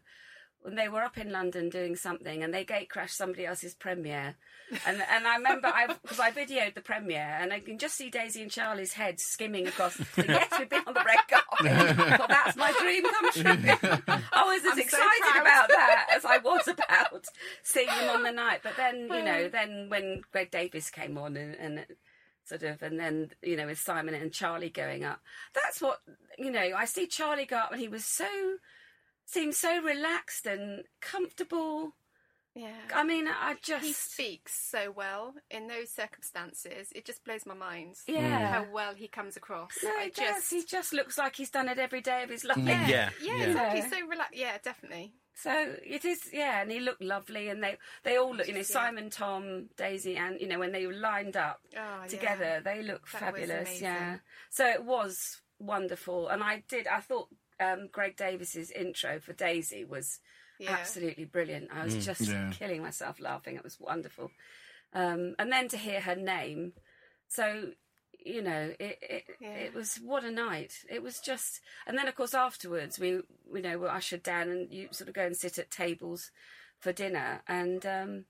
Speaker 4: When they were up in London doing something, and they gate crashed somebody else's premiere, and and I remember I because I videoed the premiere, and I can just see Daisy and Charlie's heads skimming across. The, yes, we've been on the red carpet. Well, that's my dream come true. I was as
Speaker 10: I'm so
Speaker 4: excited
Speaker 10: proud.
Speaker 4: about that as I was about seeing them on the night. But then you know, then when Greg Davis came on, and, and it sort of, and then you know, with Simon and Charlie going up, that's what you know. I see Charlie go up, and he was so seemed so relaxed and comfortable.
Speaker 10: Yeah.
Speaker 4: I mean, I
Speaker 10: He
Speaker 4: just
Speaker 10: speaks so well in those circumstances. It just blows my mind.
Speaker 4: Yeah.
Speaker 10: How well he comes across.
Speaker 4: no,
Speaker 10: I
Speaker 4: he does. He just looks like he's done it every day of his life.
Speaker 10: yeah.
Speaker 6: Yeah,
Speaker 10: Yeah,
Speaker 6: yeah.
Speaker 10: exactly.
Speaker 4: Uh, Yeah.
Speaker 10: So relaxed. Yeah, definitely.
Speaker 4: So it is, yeah. And he looked lovely, and they they all look, you know,
Speaker 10: Just, yeah.
Speaker 4: Simon, Tom, Daisy, and you know, when they were lined up
Speaker 10: Oh, yeah.
Speaker 4: together, they look
Speaker 10: That was
Speaker 4: fabulous.
Speaker 10: amazing.
Speaker 4: Yeah. So it was wonderful, and I did. I thought um, Greg Davis's intro for Daisy was
Speaker 10: Yeah.
Speaker 4: absolutely brilliant. I was just
Speaker 2: Yeah.
Speaker 4: killing myself laughing. It was wonderful. Um, and then to hear her name, so you know, it it,
Speaker 10: Yeah.
Speaker 4: it was what a night. It was just, and then of course afterwards we you know were ushered down and you sort of go and sit at tables for dinner, and um,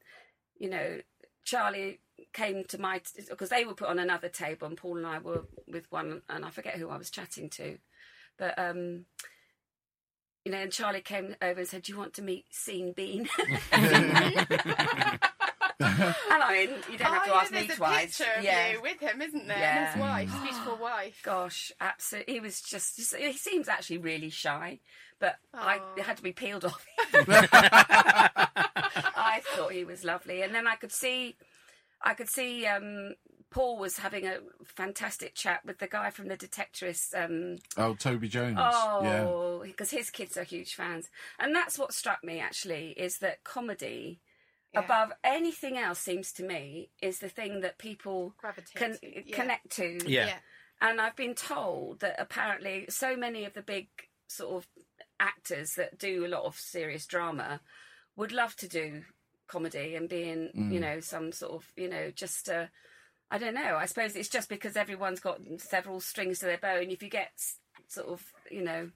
Speaker 4: you know, Charlie came to my because they were put on another table, and Paul and I were with one, and I forget who I was chatting to, but um, you know, and Charlie came over and said, "Do you want to meet Scene Bean?" [laughs] and I mean, you don't have to
Speaker 10: oh,
Speaker 4: ask
Speaker 10: yeah,
Speaker 4: me
Speaker 10: there's
Speaker 4: twice.
Speaker 10: a picture of
Speaker 4: yeah.
Speaker 10: you with him, isn't there? And his
Speaker 4: Yeah.
Speaker 10: wife, his
Speaker 4: [gasps]
Speaker 10: beautiful wife.
Speaker 4: Gosh, absolutely. He was just, just- he seems actually really shy, but I
Speaker 10: Aw.
Speaker 4: it had to be peeled off. [laughs] I thought he was lovely. And then I could see, I could see, um, Paul was having a fantastic chat with the guy from the Detectorists. Um,
Speaker 2: Oh, Toby Jones. Yeah.
Speaker 4: oh, because his kids are huge fans, and that's what struck me actually is that comedy,
Speaker 10: Yeah.
Speaker 4: above anything else, seems to me is the thing that people
Speaker 10: Gravitate
Speaker 4: can
Speaker 10: to, yeah.
Speaker 4: connect to.
Speaker 1: Yeah.
Speaker 4: And I've been told that apparently so many of the big sort of actors that do a lot of serious drama would love to do comedy and be in, you know, some sort of, you know, just I I don't know. I suppose it's just because everyone's got several strings to their bow, and if you get s- sort of, you know,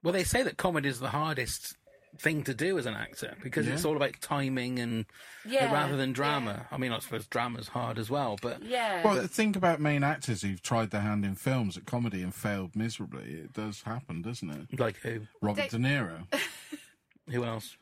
Speaker 1: Well, they say that comedy is the hardest thing to do as an actor because it's all about timing and
Speaker 4: yeah,
Speaker 1: rather than drama. I mean, I suppose drama's hard as well, but
Speaker 4: yeah,
Speaker 2: Well, think about main actors who've tried their hand in films at comedy and failed miserably. It does happen, doesn't it?
Speaker 1: like who?
Speaker 2: Robert De Niro.
Speaker 1: Who
Speaker 4: [laughs]
Speaker 1: else?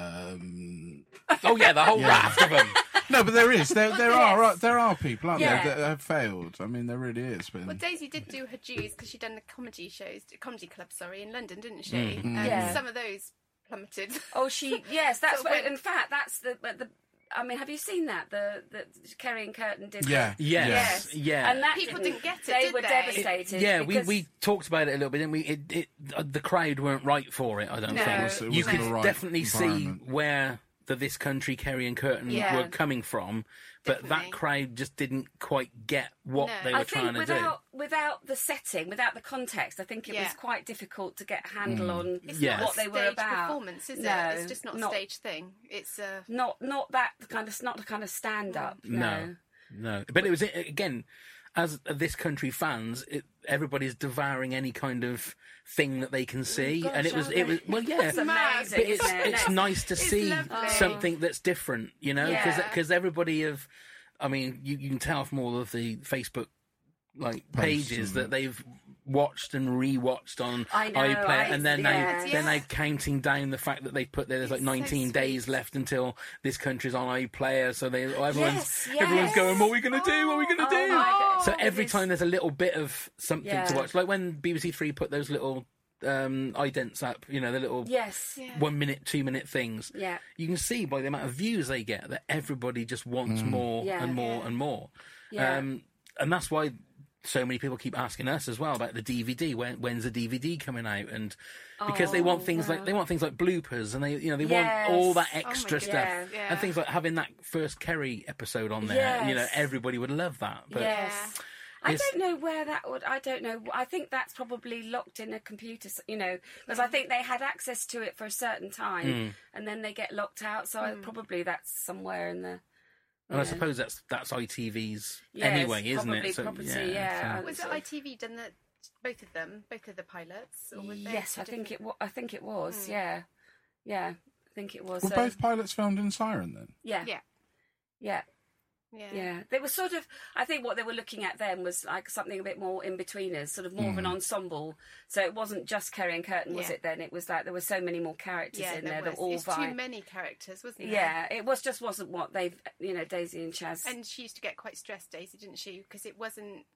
Speaker 2: Um,
Speaker 1: Oh yeah, the whole raft of them.
Speaker 2: no, but there is. There,
Speaker 4: [laughs]
Speaker 2: there are uh, there are people, aren't
Speaker 4: Yeah.
Speaker 2: there, that have failed. I mean, there really is. But
Speaker 10: Well, Daisy did do her dues because she'd done the comedy shows, comedy club, sorry, in London, didn't she?
Speaker 1: Mm.
Speaker 10: And
Speaker 4: Yeah.
Speaker 10: some of those plummeted.
Speaker 4: Oh,
Speaker 10: [laughs]
Speaker 4: she yes, that's
Speaker 10: So
Speaker 4: what.
Speaker 10: when-
Speaker 4: In fact, that's the but the. I mean, have you seen that? The the Kerry and Curtin did.
Speaker 2: yeah,
Speaker 1: Yes.
Speaker 4: Yes.
Speaker 1: Yeah.
Speaker 4: And that
Speaker 10: People didn't get it,
Speaker 4: They
Speaker 10: did
Speaker 4: were
Speaker 10: they?
Speaker 4: devastated.
Speaker 1: yeah,
Speaker 4: because-
Speaker 1: we, we talked about it a little bit, didn't we? It, it, uh, the crowd weren't right for it, I don't
Speaker 4: No.
Speaker 1: think.
Speaker 4: It was- it
Speaker 1: you
Speaker 4: wasn't
Speaker 1: could
Speaker 4: the
Speaker 2: right
Speaker 1: definitely see
Speaker 2: environment.
Speaker 1: where the This Country, Kerry and Curtin
Speaker 4: Yeah.
Speaker 1: were coming from, but
Speaker 10: Definitely.
Speaker 1: that crowd just didn't quite get what
Speaker 10: No.
Speaker 1: they were
Speaker 4: I
Speaker 1: trying
Speaker 4: think
Speaker 1: to
Speaker 4: without without the setting, without the context, I think it
Speaker 10: Yeah.
Speaker 4: was quite difficult to get a handle on
Speaker 10: It's
Speaker 1: Mm. Yes.
Speaker 10: not
Speaker 4: what
Speaker 10: a
Speaker 4: they
Speaker 10: stage
Speaker 4: were about.
Speaker 10: performance, is
Speaker 4: No,
Speaker 10: it? It's just not,
Speaker 4: not-
Speaker 10: a stage thing. It's uh, a
Speaker 4: Not not that kind of not the kind of stand up.
Speaker 1: do.
Speaker 4: No.
Speaker 1: No. But it was, again, as This Country fans, it, everybody's devouring any kind of thing that they can see.
Speaker 4: Oh, gosh,
Speaker 1: and it was,
Speaker 4: aren't
Speaker 1: it
Speaker 4: they?
Speaker 1: was,
Speaker 4: [laughs]
Speaker 1: well, yeah.
Speaker 4: It's amazing.
Speaker 1: But it's,
Speaker 4: isn't it?
Speaker 1: it's
Speaker 4: No.
Speaker 1: nice to see
Speaker 10: lovely.
Speaker 1: something that's different, you know, because
Speaker 4: Yeah.
Speaker 1: everybody have, I mean, you, you can tell from all of the Facebook like
Speaker 2: Posts
Speaker 1: pages
Speaker 2: and-
Speaker 1: that they've watched and rewatched on
Speaker 4: I know,
Speaker 1: iPlayer,
Speaker 4: I-
Speaker 1: and then
Speaker 4: yes.
Speaker 1: they then they counting down the fact that they put there there's like
Speaker 10: It's so
Speaker 1: 19 days
Speaker 10: sweet.
Speaker 1: left until this country's on iPlayer, so they oh, everyone's
Speaker 4: Yes,
Speaker 1: everyone's
Speaker 4: yes.
Speaker 1: going, what are we gonna do? What are we gonna
Speaker 4: Oh,
Speaker 1: do?
Speaker 4: my God.
Speaker 1: So every
Speaker 4: Yes.
Speaker 1: time there's a little bit of something to
Speaker 4: Yeah.
Speaker 1: watch, like when BBC Three put those little um idents up, you know, the little
Speaker 4: Yes.
Speaker 1: one minute, two minute things.
Speaker 4: Yeah.
Speaker 1: You can see by the amount of views they get that everybody just wants more
Speaker 4: Yeah.
Speaker 1: and more and more.
Speaker 4: Yeah.
Speaker 1: Um, and that's why so many people keep asking us as well about the DVD. When, when's the DVD coming out? And because they want
Speaker 4: Oh,
Speaker 1: things like
Speaker 4: wow.
Speaker 1: they want things like bloopers, and they you know they
Speaker 4: Yes.
Speaker 1: want all that
Speaker 4: Oh my
Speaker 1: extra
Speaker 4: God.
Speaker 1: stuff
Speaker 10: Yeah.
Speaker 1: and things like having that first Kerry episode on there. You know,
Speaker 4: Yes.
Speaker 1: everybody would love that. But
Speaker 4: yes. I
Speaker 1: it's-
Speaker 4: don't know where that would. I don't know. I think that's probably locked in a computer, s- you know, because I think they had access to it for a certain time,
Speaker 1: Mm.
Speaker 4: and then they get locked out. So I, probably that's somewhere in the.
Speaker 1: and I
Speaker 4: Yeah.
Speaker 1: suppose that's that's ITV's
Speaker 4: Yes,
Speaker 1: anyway, isn't
Speaker 4: probably
Speaker 1: it? So,
Speaker 4: property,
Speaker 1: yeah,
Speaker 4: yeah.
Speaker 1: so-
Speaker 10: was it
Speaker 4: sort of-
Speaker 10: ITV done that? Both of them, both of the pilots. Or were they
Speaker 4: Yes,
Speaker 10: two
Speaker 4: I think
Speaker 10: different- Hmm.
Speaker 4: it. Wa- I think it was. Yeah, yeah, I think it was.
Speaker 2: Were
Speaker 4: so,
Speaker 2: both pilots filmed in Siren then?
Speaker 4: yeah, yeah,
Speaker 10: Yeah,
Speaker 4: yeah,
Speaker 10: yeah,
Speaker 4: They were sort of. I think what they were looking at then was like something a bit more in betweeners, sort of more of an ensemble. So it wasn't just Kerry and Curtin, was
Speaker 10: Yeah.
Speaker 4: it? Then it was like there were so many more characters
Speaker 10: Yeah,
Speaker 4: in there,
Speaker 10: was.
Speaker 4: that all
Speaker 10: It's too
Speaker 4: vied.
Speaker 10: many characters, wasn't there?
Speaker 4: Yeah, it was just wasn't what they've you know Daisy and Chaz.
Speaker 10: And she used to get quite stressed, Daisy, didn't she? Because it wasn't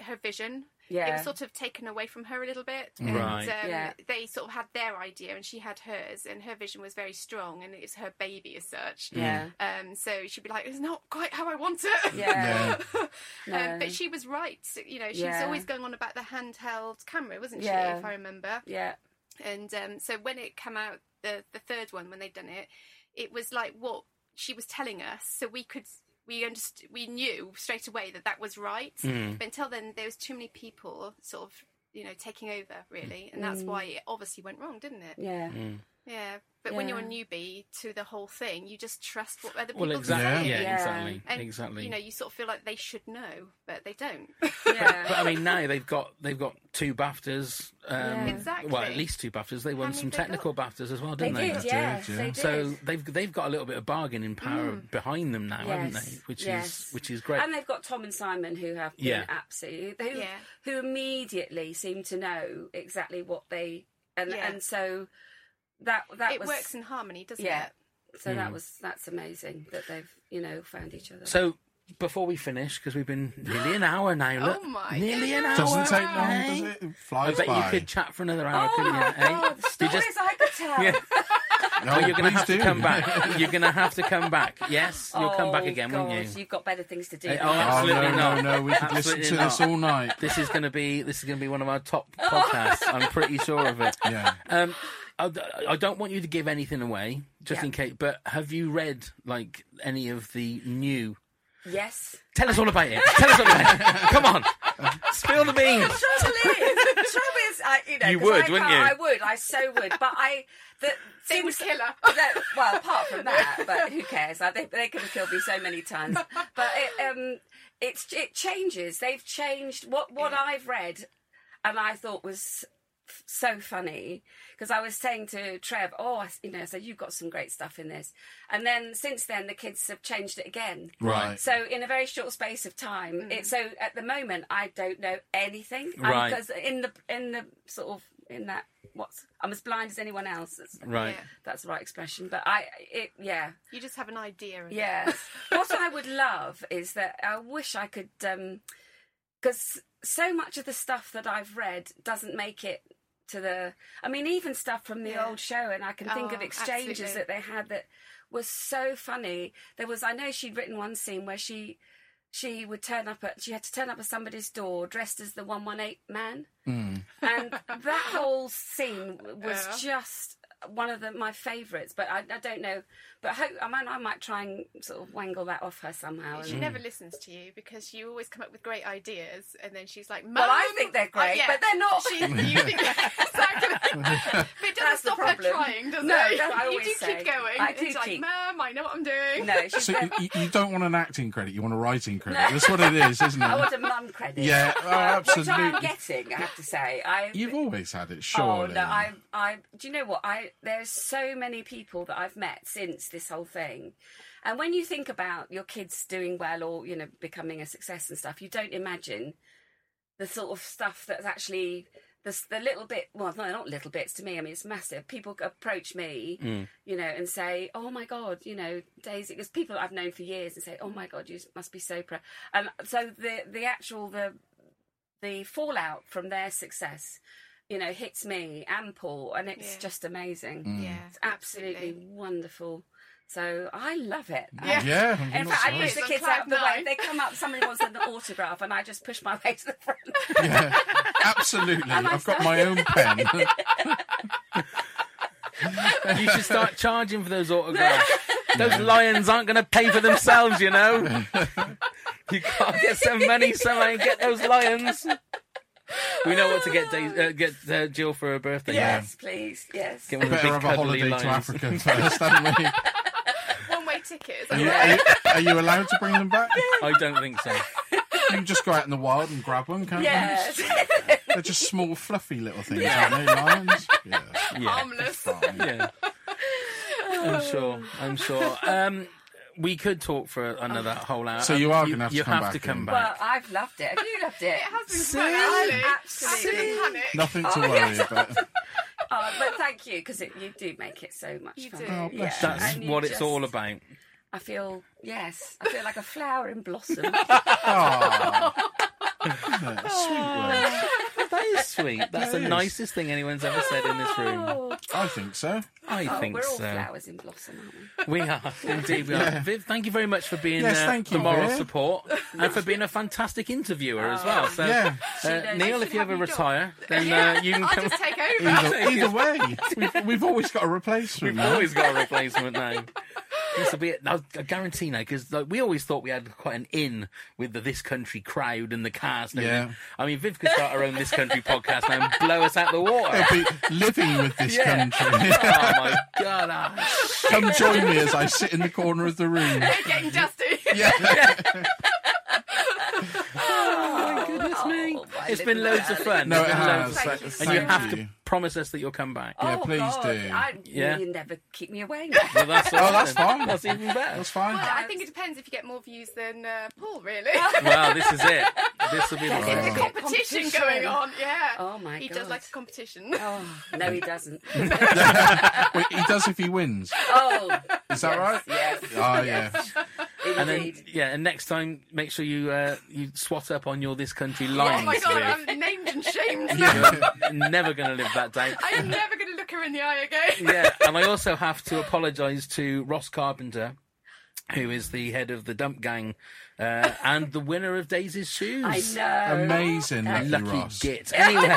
Speaker 10: her vision. It
Speaker 4: Yeah.
Speaker 10: was sort of taken away from her a little bit. And,
Speaker 1: Right.
Speaker 10: Um,
Speaker 4: Yeah.
Speaker 10: They sort of had their idea and she had hers, and her vision was very strong, and it was her baby as such.
Speaker 4: Yeah.
Speaker 10: Um, so she'd be like, it's not quite how I want it.
Speaker 4: Yeah. No.
Speaker 10: [laughs] um, but she was right. You know, she was
Speaker 4: Yeah.
Speaker 10: always going on about the handheld camera, wasn't she,
Speaker 4: Yeah.
Speaker 10: if I remember?
Speaker 4: yeah,
Speaker 10: And um, so when it came out, the the third one, when they'd done it, it was like what she was telling us, so we could we underst- we knew straight away that that was right.
Speaker 1: Mm.
Speaker 10: But until then, there was too many people sort
Speaker 4: Mm.
Speaker 10: of you know taking over really, and that's why it obviously went wrong, didn't it?
Speaker 4: yeah.
Speaker 10: Yeah. But when you're a
Speaker 4: Yeah.
Speaker 10: newbie to the whole thing, you just trust what other people
Speaker 1: Well, exactly.
Speaker 10: say.
Speaker 1: Yeah,
Speaker 4: Yeah.
Speaker 1: exactly.
Speaker 10: And,
Speaker 1: exactly.
Speaker 10: You know, you sort of feel like they should know, but they don't.
Speaker 4: Yeah.
Speaker 1: but I mean, now they've got they've got two BAFTAs. Um,
Speaker 4: Yeah.
Speaker 10: Exactly.
Speaker 1: Well, at least two BAFTAs. They won
Speaker 10: many
Speaker 1: some
Speaker 10: have they got?
Speaker 1: technical BAFTAs as well,
Speaker 4: They
Speaker 1: didn't they?
Speaker 4: did, yes,
Speaker 2: yeah.
Speaker 4: they did. Hmm.
Speaker 1: So they've they've got a little bit of bargaining power behind them now, haven't
Speaker 4: Yes,
Speaker 1: they? eh, Which
Speaker 4: yes.
Speaker 1: is which is great.
Speaker 4: And they've got Tom and Simon who have been
Speaker 1: Yeah.
Speaker 4: absolutely who,
Speaker 10: Yeah.
Speaker 4: who immediately seem to know exactly what they and
Speaker 10: Yeah.
Speaker 4: and so that that
Speaker 10: it
Speaker 4: was
Speaker 10: works in harmony, doesn't
Speaker 4: yeah.
Speaker 10: it?
Speaker 4: So that was that's amazing that they've you know found each other.
Speaker 1: Mm. So before we finish, because we've been nearly an hour
Speaker 4: [gasps]
Speaker 1: now. Look,
Speaker 10: Oh my
Speaker 1: nearly an hour.
Speaker 10: goodness.
Speaker 2: Doesn't take long,
Speaker 1: eh?
Speaker 2: does it? It
Speaker 1: I
Speaker 2: flies
Speaker 1: bet
Speaker 2: by.
Speaker 1: you could chat for another hour,
Speaker 4: oh
Speaker 1: couldn't you?
Speaker 4: my
Speaker 1: eh?
Speaker 4: god, the
Speaker 1: You
Speaker 4: stories
Speaker 1: just-
Speaker 4: I could
Speaker 1: [laughs]
Speaker 4: tell.
Speaker 1: Yeah.
Speaker 2: No,
Speaker 1: You're going to
Speaker 2: please
Speaker 1: have to
Speaker 2: do.
Speaker 1: come
Speaker 2: [laughs]
Speaker 4: [laughs]
Speaker 1: back. You're going to have to come back. Yes, you'll come back
Speaker 4: Oh,
Speaker 1: again,
Speaker 4: God,
Speaker 1: won't you?
Speaker 4: have got better things to do.
Speaker 1: Eh, oh,
Speaker 4: now.
Speaker 2: Oh,
Speaker 1: Absolutely
Speaker 2: no, no,
Speaker 1: not.
Speaker 2: no. We could listen
Speaker 1: Absolutely
Speaker 2: to this
Speaker 1: not.
Speaker 2: all night.
Speaker 1: This is going to be this is going to be one of our top podcasts. I'm pretty sure of it.
Speaker 2: [laughs] Yeah.
Speaker 1: Um, I, I don't want you to give anything away, just
Speaker 4: Yeah.
Speaker 1: in case. But have you read like any of the new?
Speaker 4: Yes.
Speaker 1: Tell us all about it. Tell us all about it. [laughs] Come on, spill the beans.
Speaker 4: trouble is, trouble is, I, you know,
Speaker 1: You
Speaker 4: 'cause
Speaker 1: would,
Speaker 4: I
Speaker 1: wouldn't
Speaker 4: can't-
Speaker 1: you?
Speaker 4: I would, I so would, but I the
Speaker 10: They would
Speaker 4: things
Speaker 10: kill her.
Speaker 4: that- well, apart from that, but who cares? Like, they they could have killed me so many times. But it, um, it's it changes. They've changed what what I've read, and I thought was f- so funny because I was saying to Trev, oh, I s- you know, so you've got some great stuff in this, and then since then the kids have changed it again.
Speaker 2: Right.
Speaker 4: So in a very short space of time, it, so at the moment I don't know anything
Speaker 1: Right.
Speaker 4: because in the in the sort of in that what's I'm as blind as anyone else. That's,
Speaker 1: Right.
Speaker 10: Yeah.
Speaker 4: that's the right expression, but I it yeah
Speaker 10: You just have an idea. Of it.
Speaker 4: yes.
Speaker 10: [laughs]
Speaker 4: what I would love is that I wish I could because so much of the stuff that I've read doesn't make it to the. I mean, even stuff from the
Speaker 10: Yeah.
Speaker 4: old show, and I can think of
Speaker 10: Oh,
Speaker 4: exchanges
Speaker 10: absolutely.
Speaker 4: that they had that was so funny. There was I know she'd written one scene where she she would turn up at she had to turn up at somebody's door dressed as the one one eight man, and that whole scene was
Speaker 10: [laughs] Yeah.
Speaker 4: just one of the, my favourites. But I, I don't know, but hope, I might I might try and sort of wangle that off her somehow.
Speaker 10: She
Speaker 4: and-
Speaker 10: never listens to you because you always come up with great ideas, and then she's like, Mum,
Speaker 4: Well, I think they're great,
Speaker 10: Oh, yeah.
Speaker 4: but they're not.
Speaker 10: She, you think, yeah, [laughs] exactly. but it doesn't
Speaker 4: That's the
Speaker 10: stop her
Speaker 4: problem.
Speaker 10: trying, does
Speaker 4: No,
Speaker 10: it?
Speaker 4: that's what I
Speaker 10: you
Speaker 4: always
Speaker 10: do
Speaker 4: say.
Speaker 10: keep going.
Speaker 4: I
Speaker 10: and
Speaker 4: do
Speaker 10: she's
Speaker 4: keep-
Speaker 10: like, Mum, I know what I'm
Speaker 2: [laughs]
Speaker 10: doing.
Speaker 4: No, she's
Speaker 2: So
Speaker 4: never.
Speaker 2: you, you don't want an acting credit, you want a writing credit. That's what it is,
Speaker 4: [laughs]
Speaker 2: isn't it?
Speaker 4: I want a mum credit.
Speaker 2: Yeah, oh,
Speaker 4: Which I'm
Speaker 2: absolutely.
Speaker 4: getting, I have to say. I
Speaker 2: You've always had it,
Speaker 4: Oh
Speaker 2: surely.
Speaker 4: no, I I do you know what? I there's so many people that I've met since this whole thing. And when you think about your kids doing well or, you know, becoming a success and stuff, you don't imagine the sort of stuff that's actually the, s- the little bit well no not little bits to me i mean it's massive people approach me you know and say oh my god you know daisy because people i've known for years and say oh my god you must be so proud and so the the actual the the fallout from their success you know hits me and paul and it's
Speaker 10: Yeah.
Speaker 4: just amazing
Speaker 10: Yeah,
Speaker 4: it's absolutely, wonderful so i love it I
Speaker 10: Yeah.
Speaker 2: Yeah. I'm
Speaker 4: [laughs] in
Speaker 2: not
Speaker 4: fact, I
Speaker 2: surprised.
Speaker 4: push the
Speaker 10: It's on
Speaker 4: kids out of the
Speaker 10: cloud
Speaker 4: way.
Speaker 10: nine.
Speaker 4: They come up, somebody wants
Speaker 10: [laughs]
Speaker 4: an autograph, and I just push my way to the front.
Speaker 2: Yeah, absolutely.
Speaker 4: I
Speaker 2: I've got my own
Speaker 4: [laughs]
Speaker 2: pen.
Speaker 1: You should start charging for those
Speaker 4: [laughs]
Speaker 1: autographs. Those lions aren't going to pay for themselves, you know. You can't get some money somewhere and get those lions. We know what to get Dais- uh, get uh, Jill for her birthday.
Speaker 2: Yeah.
Speaker 4: Yes, please. Yes.
Speaker 1: Get one of the
Speaker 2: Better
Speaker 1: big
Speaker 2: have a
Speaker 1: cuddly
Speaker 2: holiday
Speaker 1: lions.
Speaker 2: to Africa first, haven't
Speaker 4: [laughs]
Speaker 2: we?
Speaker 10: One way tickets. [laughs]
Speaker 2: Are you, are, you, are you allowed to bring them back?
Speaker 1: I don't think
Speaker 4: [laughs]
Speaker 1: so.
Speaker 2: You can just go out in the wild and grab them, can't
Speaker 4: Yes. [laughs]
Speaker 2: you? They're just small, fluffy little things, aren't they, lions?
Speaker 4: [laughs]
Speaker 2: Yeah.
Speaker 1: Yeah.
Speaker 10: Harmless.
Speaker 2: Fine.
Speaker 1: yeah.
Speaker 4: [laughs]
Speaker 1: I'm sure. I'm sure. Um, we could talk for another whole hour. Um,
Speaker 2: So you are gonna have to
Speaker 1: you
Speaker 2: come
Speaker 1: have
Speaker 2: back
Speaker 1: to come
Speaker 2: in.
Speaker 4: well,
Speaker 1: back.
Speaker 4: I've loved it. Have you loved it?
Speaker 10: It has been
Speaker 1: See?
Speaker 10: fun, actually.
Speaker 4: Absolutely.
Speaker 10: Absolutely panic.
Speaker 2: Nothing to worry about.
Speaker 4: Oh, but thank you because you do make it so much
Speaker 10: You
Speaker 4: fun.
Speaker 10: do. Oh,
Speaker 2: bless
Speaker 4: Yeah,
Speaker 1: That's
Speaker 4: and you
Speaker 1: what it's
Speaker 4: just-
Speaker 1: all
Speaker 4: [laughs]
Speaker 1: about.
Speaker 4: I feel yes. I feel like a flower
Speaker 1: [laughs]
Speaker 4: in blossom.
Speaker 2: Aw. Isn't it? Ah. Sweet word.
Speaker 1: That is sweet. That's the
Speaker 2: It is.
Speaker 1: nicest thing anyone's ever said in this room.
Speaker 4: oh,
Speaker 2: I think so.
Speaker 1: I think
Speaker 4: we're all
Speaker 1: so.
Speaker 4: flowers in blossom, aren't we?
Speaker 1: We are indeed. We are. Viv, thank you very much for being
Speaker 2: Yes,
Speaker 1: uh,
Speaker 2: thank
Speaker 1: the
Speaker 2: you,
Speaker 1: moral
Speaker 2: Viv.
Speaker 4: [laughs]
Speaker 1: support and for being a fantastic interviewer as well. So,
Speaker 2: Yeah.
Speaker 1: uh,
Speaker 4: Oh. knows.
Speaker 1: Neil, if
Speaker 10: I should
Speaker 1: you
Speaker 10: have
Speaker 1: ever
Speaker 10: you job.
Speaker 1: retire,
Speaker 4: [laughs]
Speaker 1: then uh, you can
Speaker 10: I'll
Speaker 1: come.
Speaker 10: just take over.
Speaker 2: Either, either way, we've, we've always got a replacement.
Speaker 1: We've
Speaker 2: now.
Speaker 1: always got a replacement now. this will be it. I, I guarantee now because like, we always thought we had quite an in with the this country crowd and the cast. And
Speaker 2: Yeah.
Speaker 1: everything. I mean, Viv could start her own this country podcast now and blow us out the
Speaker 2: [laughs]
Speaker 1: water.
Speaker 2: They'll be living with this
Speaker 1: Yeah. [laughs]
Speaker 2: country.
Speaker 1: oh my god! ah,
Speaker 2: Come join me as I sit in the corner of the room.
Speaker 10: Getting dusty.
Speaker 2: Yeah.
Speaker 1: goodness me.
Speaker 4: Oh, my
Speaker 1: It's been
Speaker 4: little
Speaker 1: loads of
Speaker 4: man.
Speaker 1: fun.
Speaker 2: No,
Speaker 1: It's been
Speaker 2: it has.
Speaker 1: loads of
Speaker 2: Thank
Speaker 10: Thank you
Speaker 2: you.
Speaker 1: fun. And you have to promise us that you'll come back.
Speaker 2: Yeah,
Speaker 4: Oh,
Speaker 2: please
Speaker 4: God.
Speaker 2: do.
Speaker 4: I,
Speaker 1: Yeah.
Speaker 4: You never keep me away.
Speaker 1: Well, that's
Speaker 2: Oh, that's fine.
Speaker 1: That's even better.
Speaker 2: That's fine.
Speaker 10: [laughs] Well, I think it depends if you get more views than uh, Paul, really. [laughs]
Speaker 1: Well, this is it. This will be the
Speaker 4: That's
Speaker 1: one.
Speaker 4: it.
Speaker 10: There's a competition,
Speaker 4: Competition.
Speaker 10: going on, yeah.
Speaker 4: Oh, my
Speaker 10: He
Speaker 4: God.
Speaker 10: does like a
Speaker 4: [laughs]
Speaker 10: competition. [laughs]
Speaker 4: oh, no,
Speaker 1: [laughs]
Speaker 4: he doesn't.
Speaker 2: [laughs] Wait, he does if he wins.
Speaker 4: oh,
Speaker 2: Is that right?
Speaker 4: yes,
Speaker 2: Oh, yeah.
Speaker 1: And then,
Speaker 4: indeed.
Speaker 1: yeah, and next time, make sure you uh, you swat up on your this country
Speaker 10: Oh
Speaker 1: lines.
Speaker 10: my god,
Speaker 1: Viv.
Speaker 10: I'm named and shamed.
Speaker 1: You're never going to live that
Speaker 4: [laughs]
Speaker 1: down.
Speaker 10: I'm never going to look her in the eye again.
Speaker 1: Yeah, and I also have to apologise to Ross Carpenter, who is the head of the Dump Gang uh, and the winner of Daisy's Shoes.
Speaker 4: I know.
Speaker 2: Amazing, Lucky,
Speaker 1: Lucky
Speaker 2: Ross.
Speaker 1: git. Anyway, [laughs]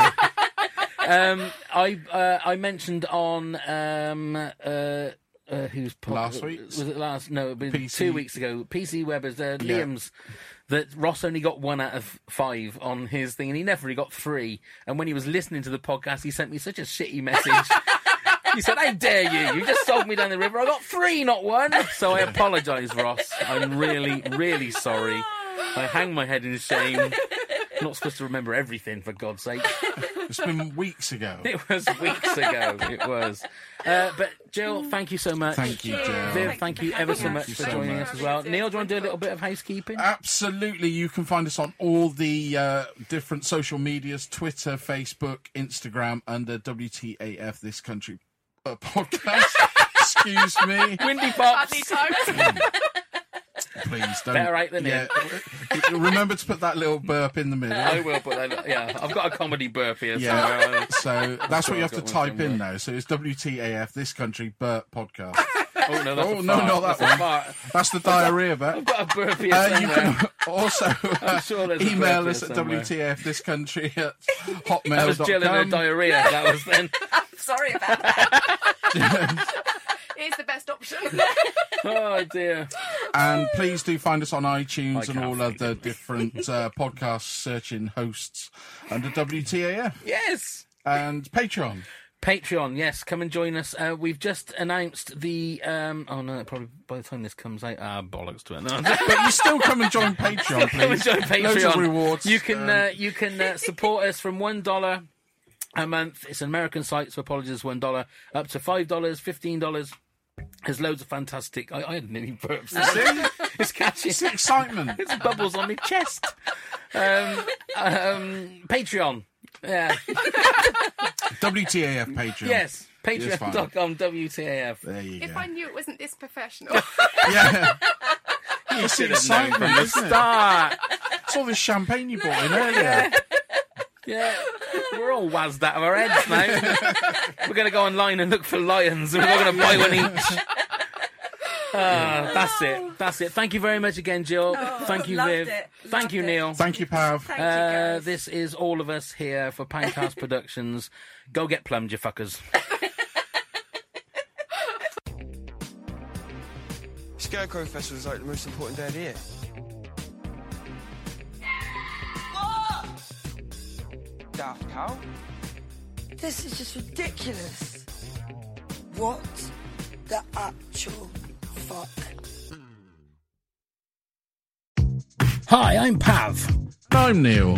Speaker 1: um, I uh, I mentioned on um, uh, uh, who's po-
Speaker 2: Last week's?
Speaker 1: was it last? No, it was
Speaker 2: PC.
Speaker 1: two weeks ago. PC Webber's uh,
Speaker 2: Yeah.
Speaker 1: Liam's that Ross only got one out of five on his thing, and he never really got three. And when he was listening to the podcast, he sent me such a shitty message. [laughs] He said, "How dare you? You just sold me down the river. I got three, not one." So I apologise, Ross. I'm really, really sorry. I hang my head in shame. I'm not supposed to remember everything, for God's sake.
Speaker 2: It's been weeks ago.
Speaker 1: [laughs] It was weeks ago. It was. Uh, but Jill, thank you so much.
Speaker 2: Thank you, Jill.
Speaker 1: Viv, thank you ever so
Speaker 2: Thank
Speaker 1: much
Speaker 2: you
Speaker 1: for
Speaker 2: so
Speaker 1: joining
Speaker 2: much. Uh,
Speaker 1: us as well. Neil, do you want to do a little bit of housekeeping?
Speaker 2: Absolutely. You can find us on all the uh, different social medias Twitter, Facebook, Instagram, under WTAF This Country uh, Podcast. [laughs] Excuse me.
Speaker 1: Windy Pops.
Speaker 10: Badly timed.
Speaker 2: Please don't.
Speaker 1: Better right than it.
Speaker 2: [laughs] Remember to put that little burp in the middle.
Speaker 1: I will, but I, yeah, I've got a comedy burp here. [laughs]
Speaker 2: Yeah. so that's what you
Speaker 1: I've
Speaker 2: have to
Speaker 1: got one
Speaker 2: type in now. So it's WTAF This Country Burp Podcast.
Speaker 1: So. Oh no, that's
Speaker 2: Oh,
Speaker 1: a
Speaker 2: no,
Speaker 1: fart.
Speaker 2: not that
Speaker 1: that's
Speaker 2: one.
Speaker 1: A fart.
Speaker 2: That's the diarrhea bit.
Speaker 1: Got a burp here
Speaker 2: Uh, you
Speaker 1: somewhere.
Speaker 2: can
Speaker 1: [laughs]
Speaker 2: also uh,
Speaker 1: sure there's a
Speaker 2: email
Speaker 1: burp
Speaker 2: us
Speaker 1: here
Speaker 2: at
Speaker 1: somewhere.
Speaker 2: WTF this country
Speaker 1: [laughs]
Speaker 2: at
Speaker 1: That was Jill in her
Speaker 2: hotmail.com.
Speaker 1: diarrhea. That was
Speaker 2: [laughs]
Speaker 1: then.
Speaker 4: Sorry about that.
Speaker 10: It's the best option.
Speaker 1: Oh dear.
Speaker 2: And please do find us on
Speaker 1: I
Speaker 2: iTunes and
Speaker 1: can't
Speaker 2: all
Speaker 1: find [laughs]
Speaker 2: other different uh, podcast searching hosts under WTAF
Speaker 1: Yes.
Speaker 2: and Patreon.
Speaker 1: Patreon, yes, come and join us. Uh, we've just announced the. Um, oh no, probably by the time this comes out, ah, bollocks to it. No, I'm just-
Speaker 2: But you still come and
Speaker 1: [laughs]
Speaker 2: join Patreon, please.
Speaker 1: come and join
Speaker 2: Loads of
Speaker 1: Patreon.
Speaker 2: rewards.
Speaker 1: You can
Speaker 2: Um,
Speaker 1: uh, you can
Speaker 2: [laughs]
Speaker 1: uh, support us from one dollar a month. It's an American site, so apologies, one dollar up to five dollars, fifteen dollars. There's loads of fantastic. I, I had nearly
Speaker 2: [laughs]
Speaker 1: burps.
Speaker 2: see?
Speaker 1: [laughs] It's catching.
Speaker 2: It's the excitement.
Speaker 1: It's bubbles on my chest. Um, um, Patreon. Yeah.
Speaker 2: WTAF Patreon.
Speaker 1: Yes.
Speaker 2: Yes, fine.
Speaker 1: Patreon.com WTAF.
Speaker 2: There you
Speaker 10: If
Speaker 2: go. [laughs]
Speaker 10: I knew it wasn't this professional.
Speaker 2: Yeah. It's the excitement, isn't it?
Speaker 1: Start.
Speaker 2: It's all this champagne you
Speaker 1: [laughs]
Speaker 2: bought in earlier.
Speaker 1: Yeah, we're all wazzed out of our heads now. we're going to go online and look for lions, and we're all going to buy one each. Ah, that's it. That's it. Thank you very much again, Jill. Thank you,
Speaker 4: Oh, loved
Speaker 1: Viv.
Speaker 4: it.
Speaker 1: Thank you,
Speaker 4: it.
Speaker 1: Neil.
Speaker 2: Thank you, Pav.
Speaker 4: Thank you,
Speaker 1: Uh,
Speaker 4: guys.
Speaker 1: this is all of us here for Pancast Productions. Go get plumbed, you fuckers.
Speaker 8: Scarecrow Festival is like the most important day of the year. Daft Cow?
Speaker 9: This is just ridiculous. What the actual fuck?
Speaker 11: Hi, I'm Pav.
Speaker 2: I'm Neil.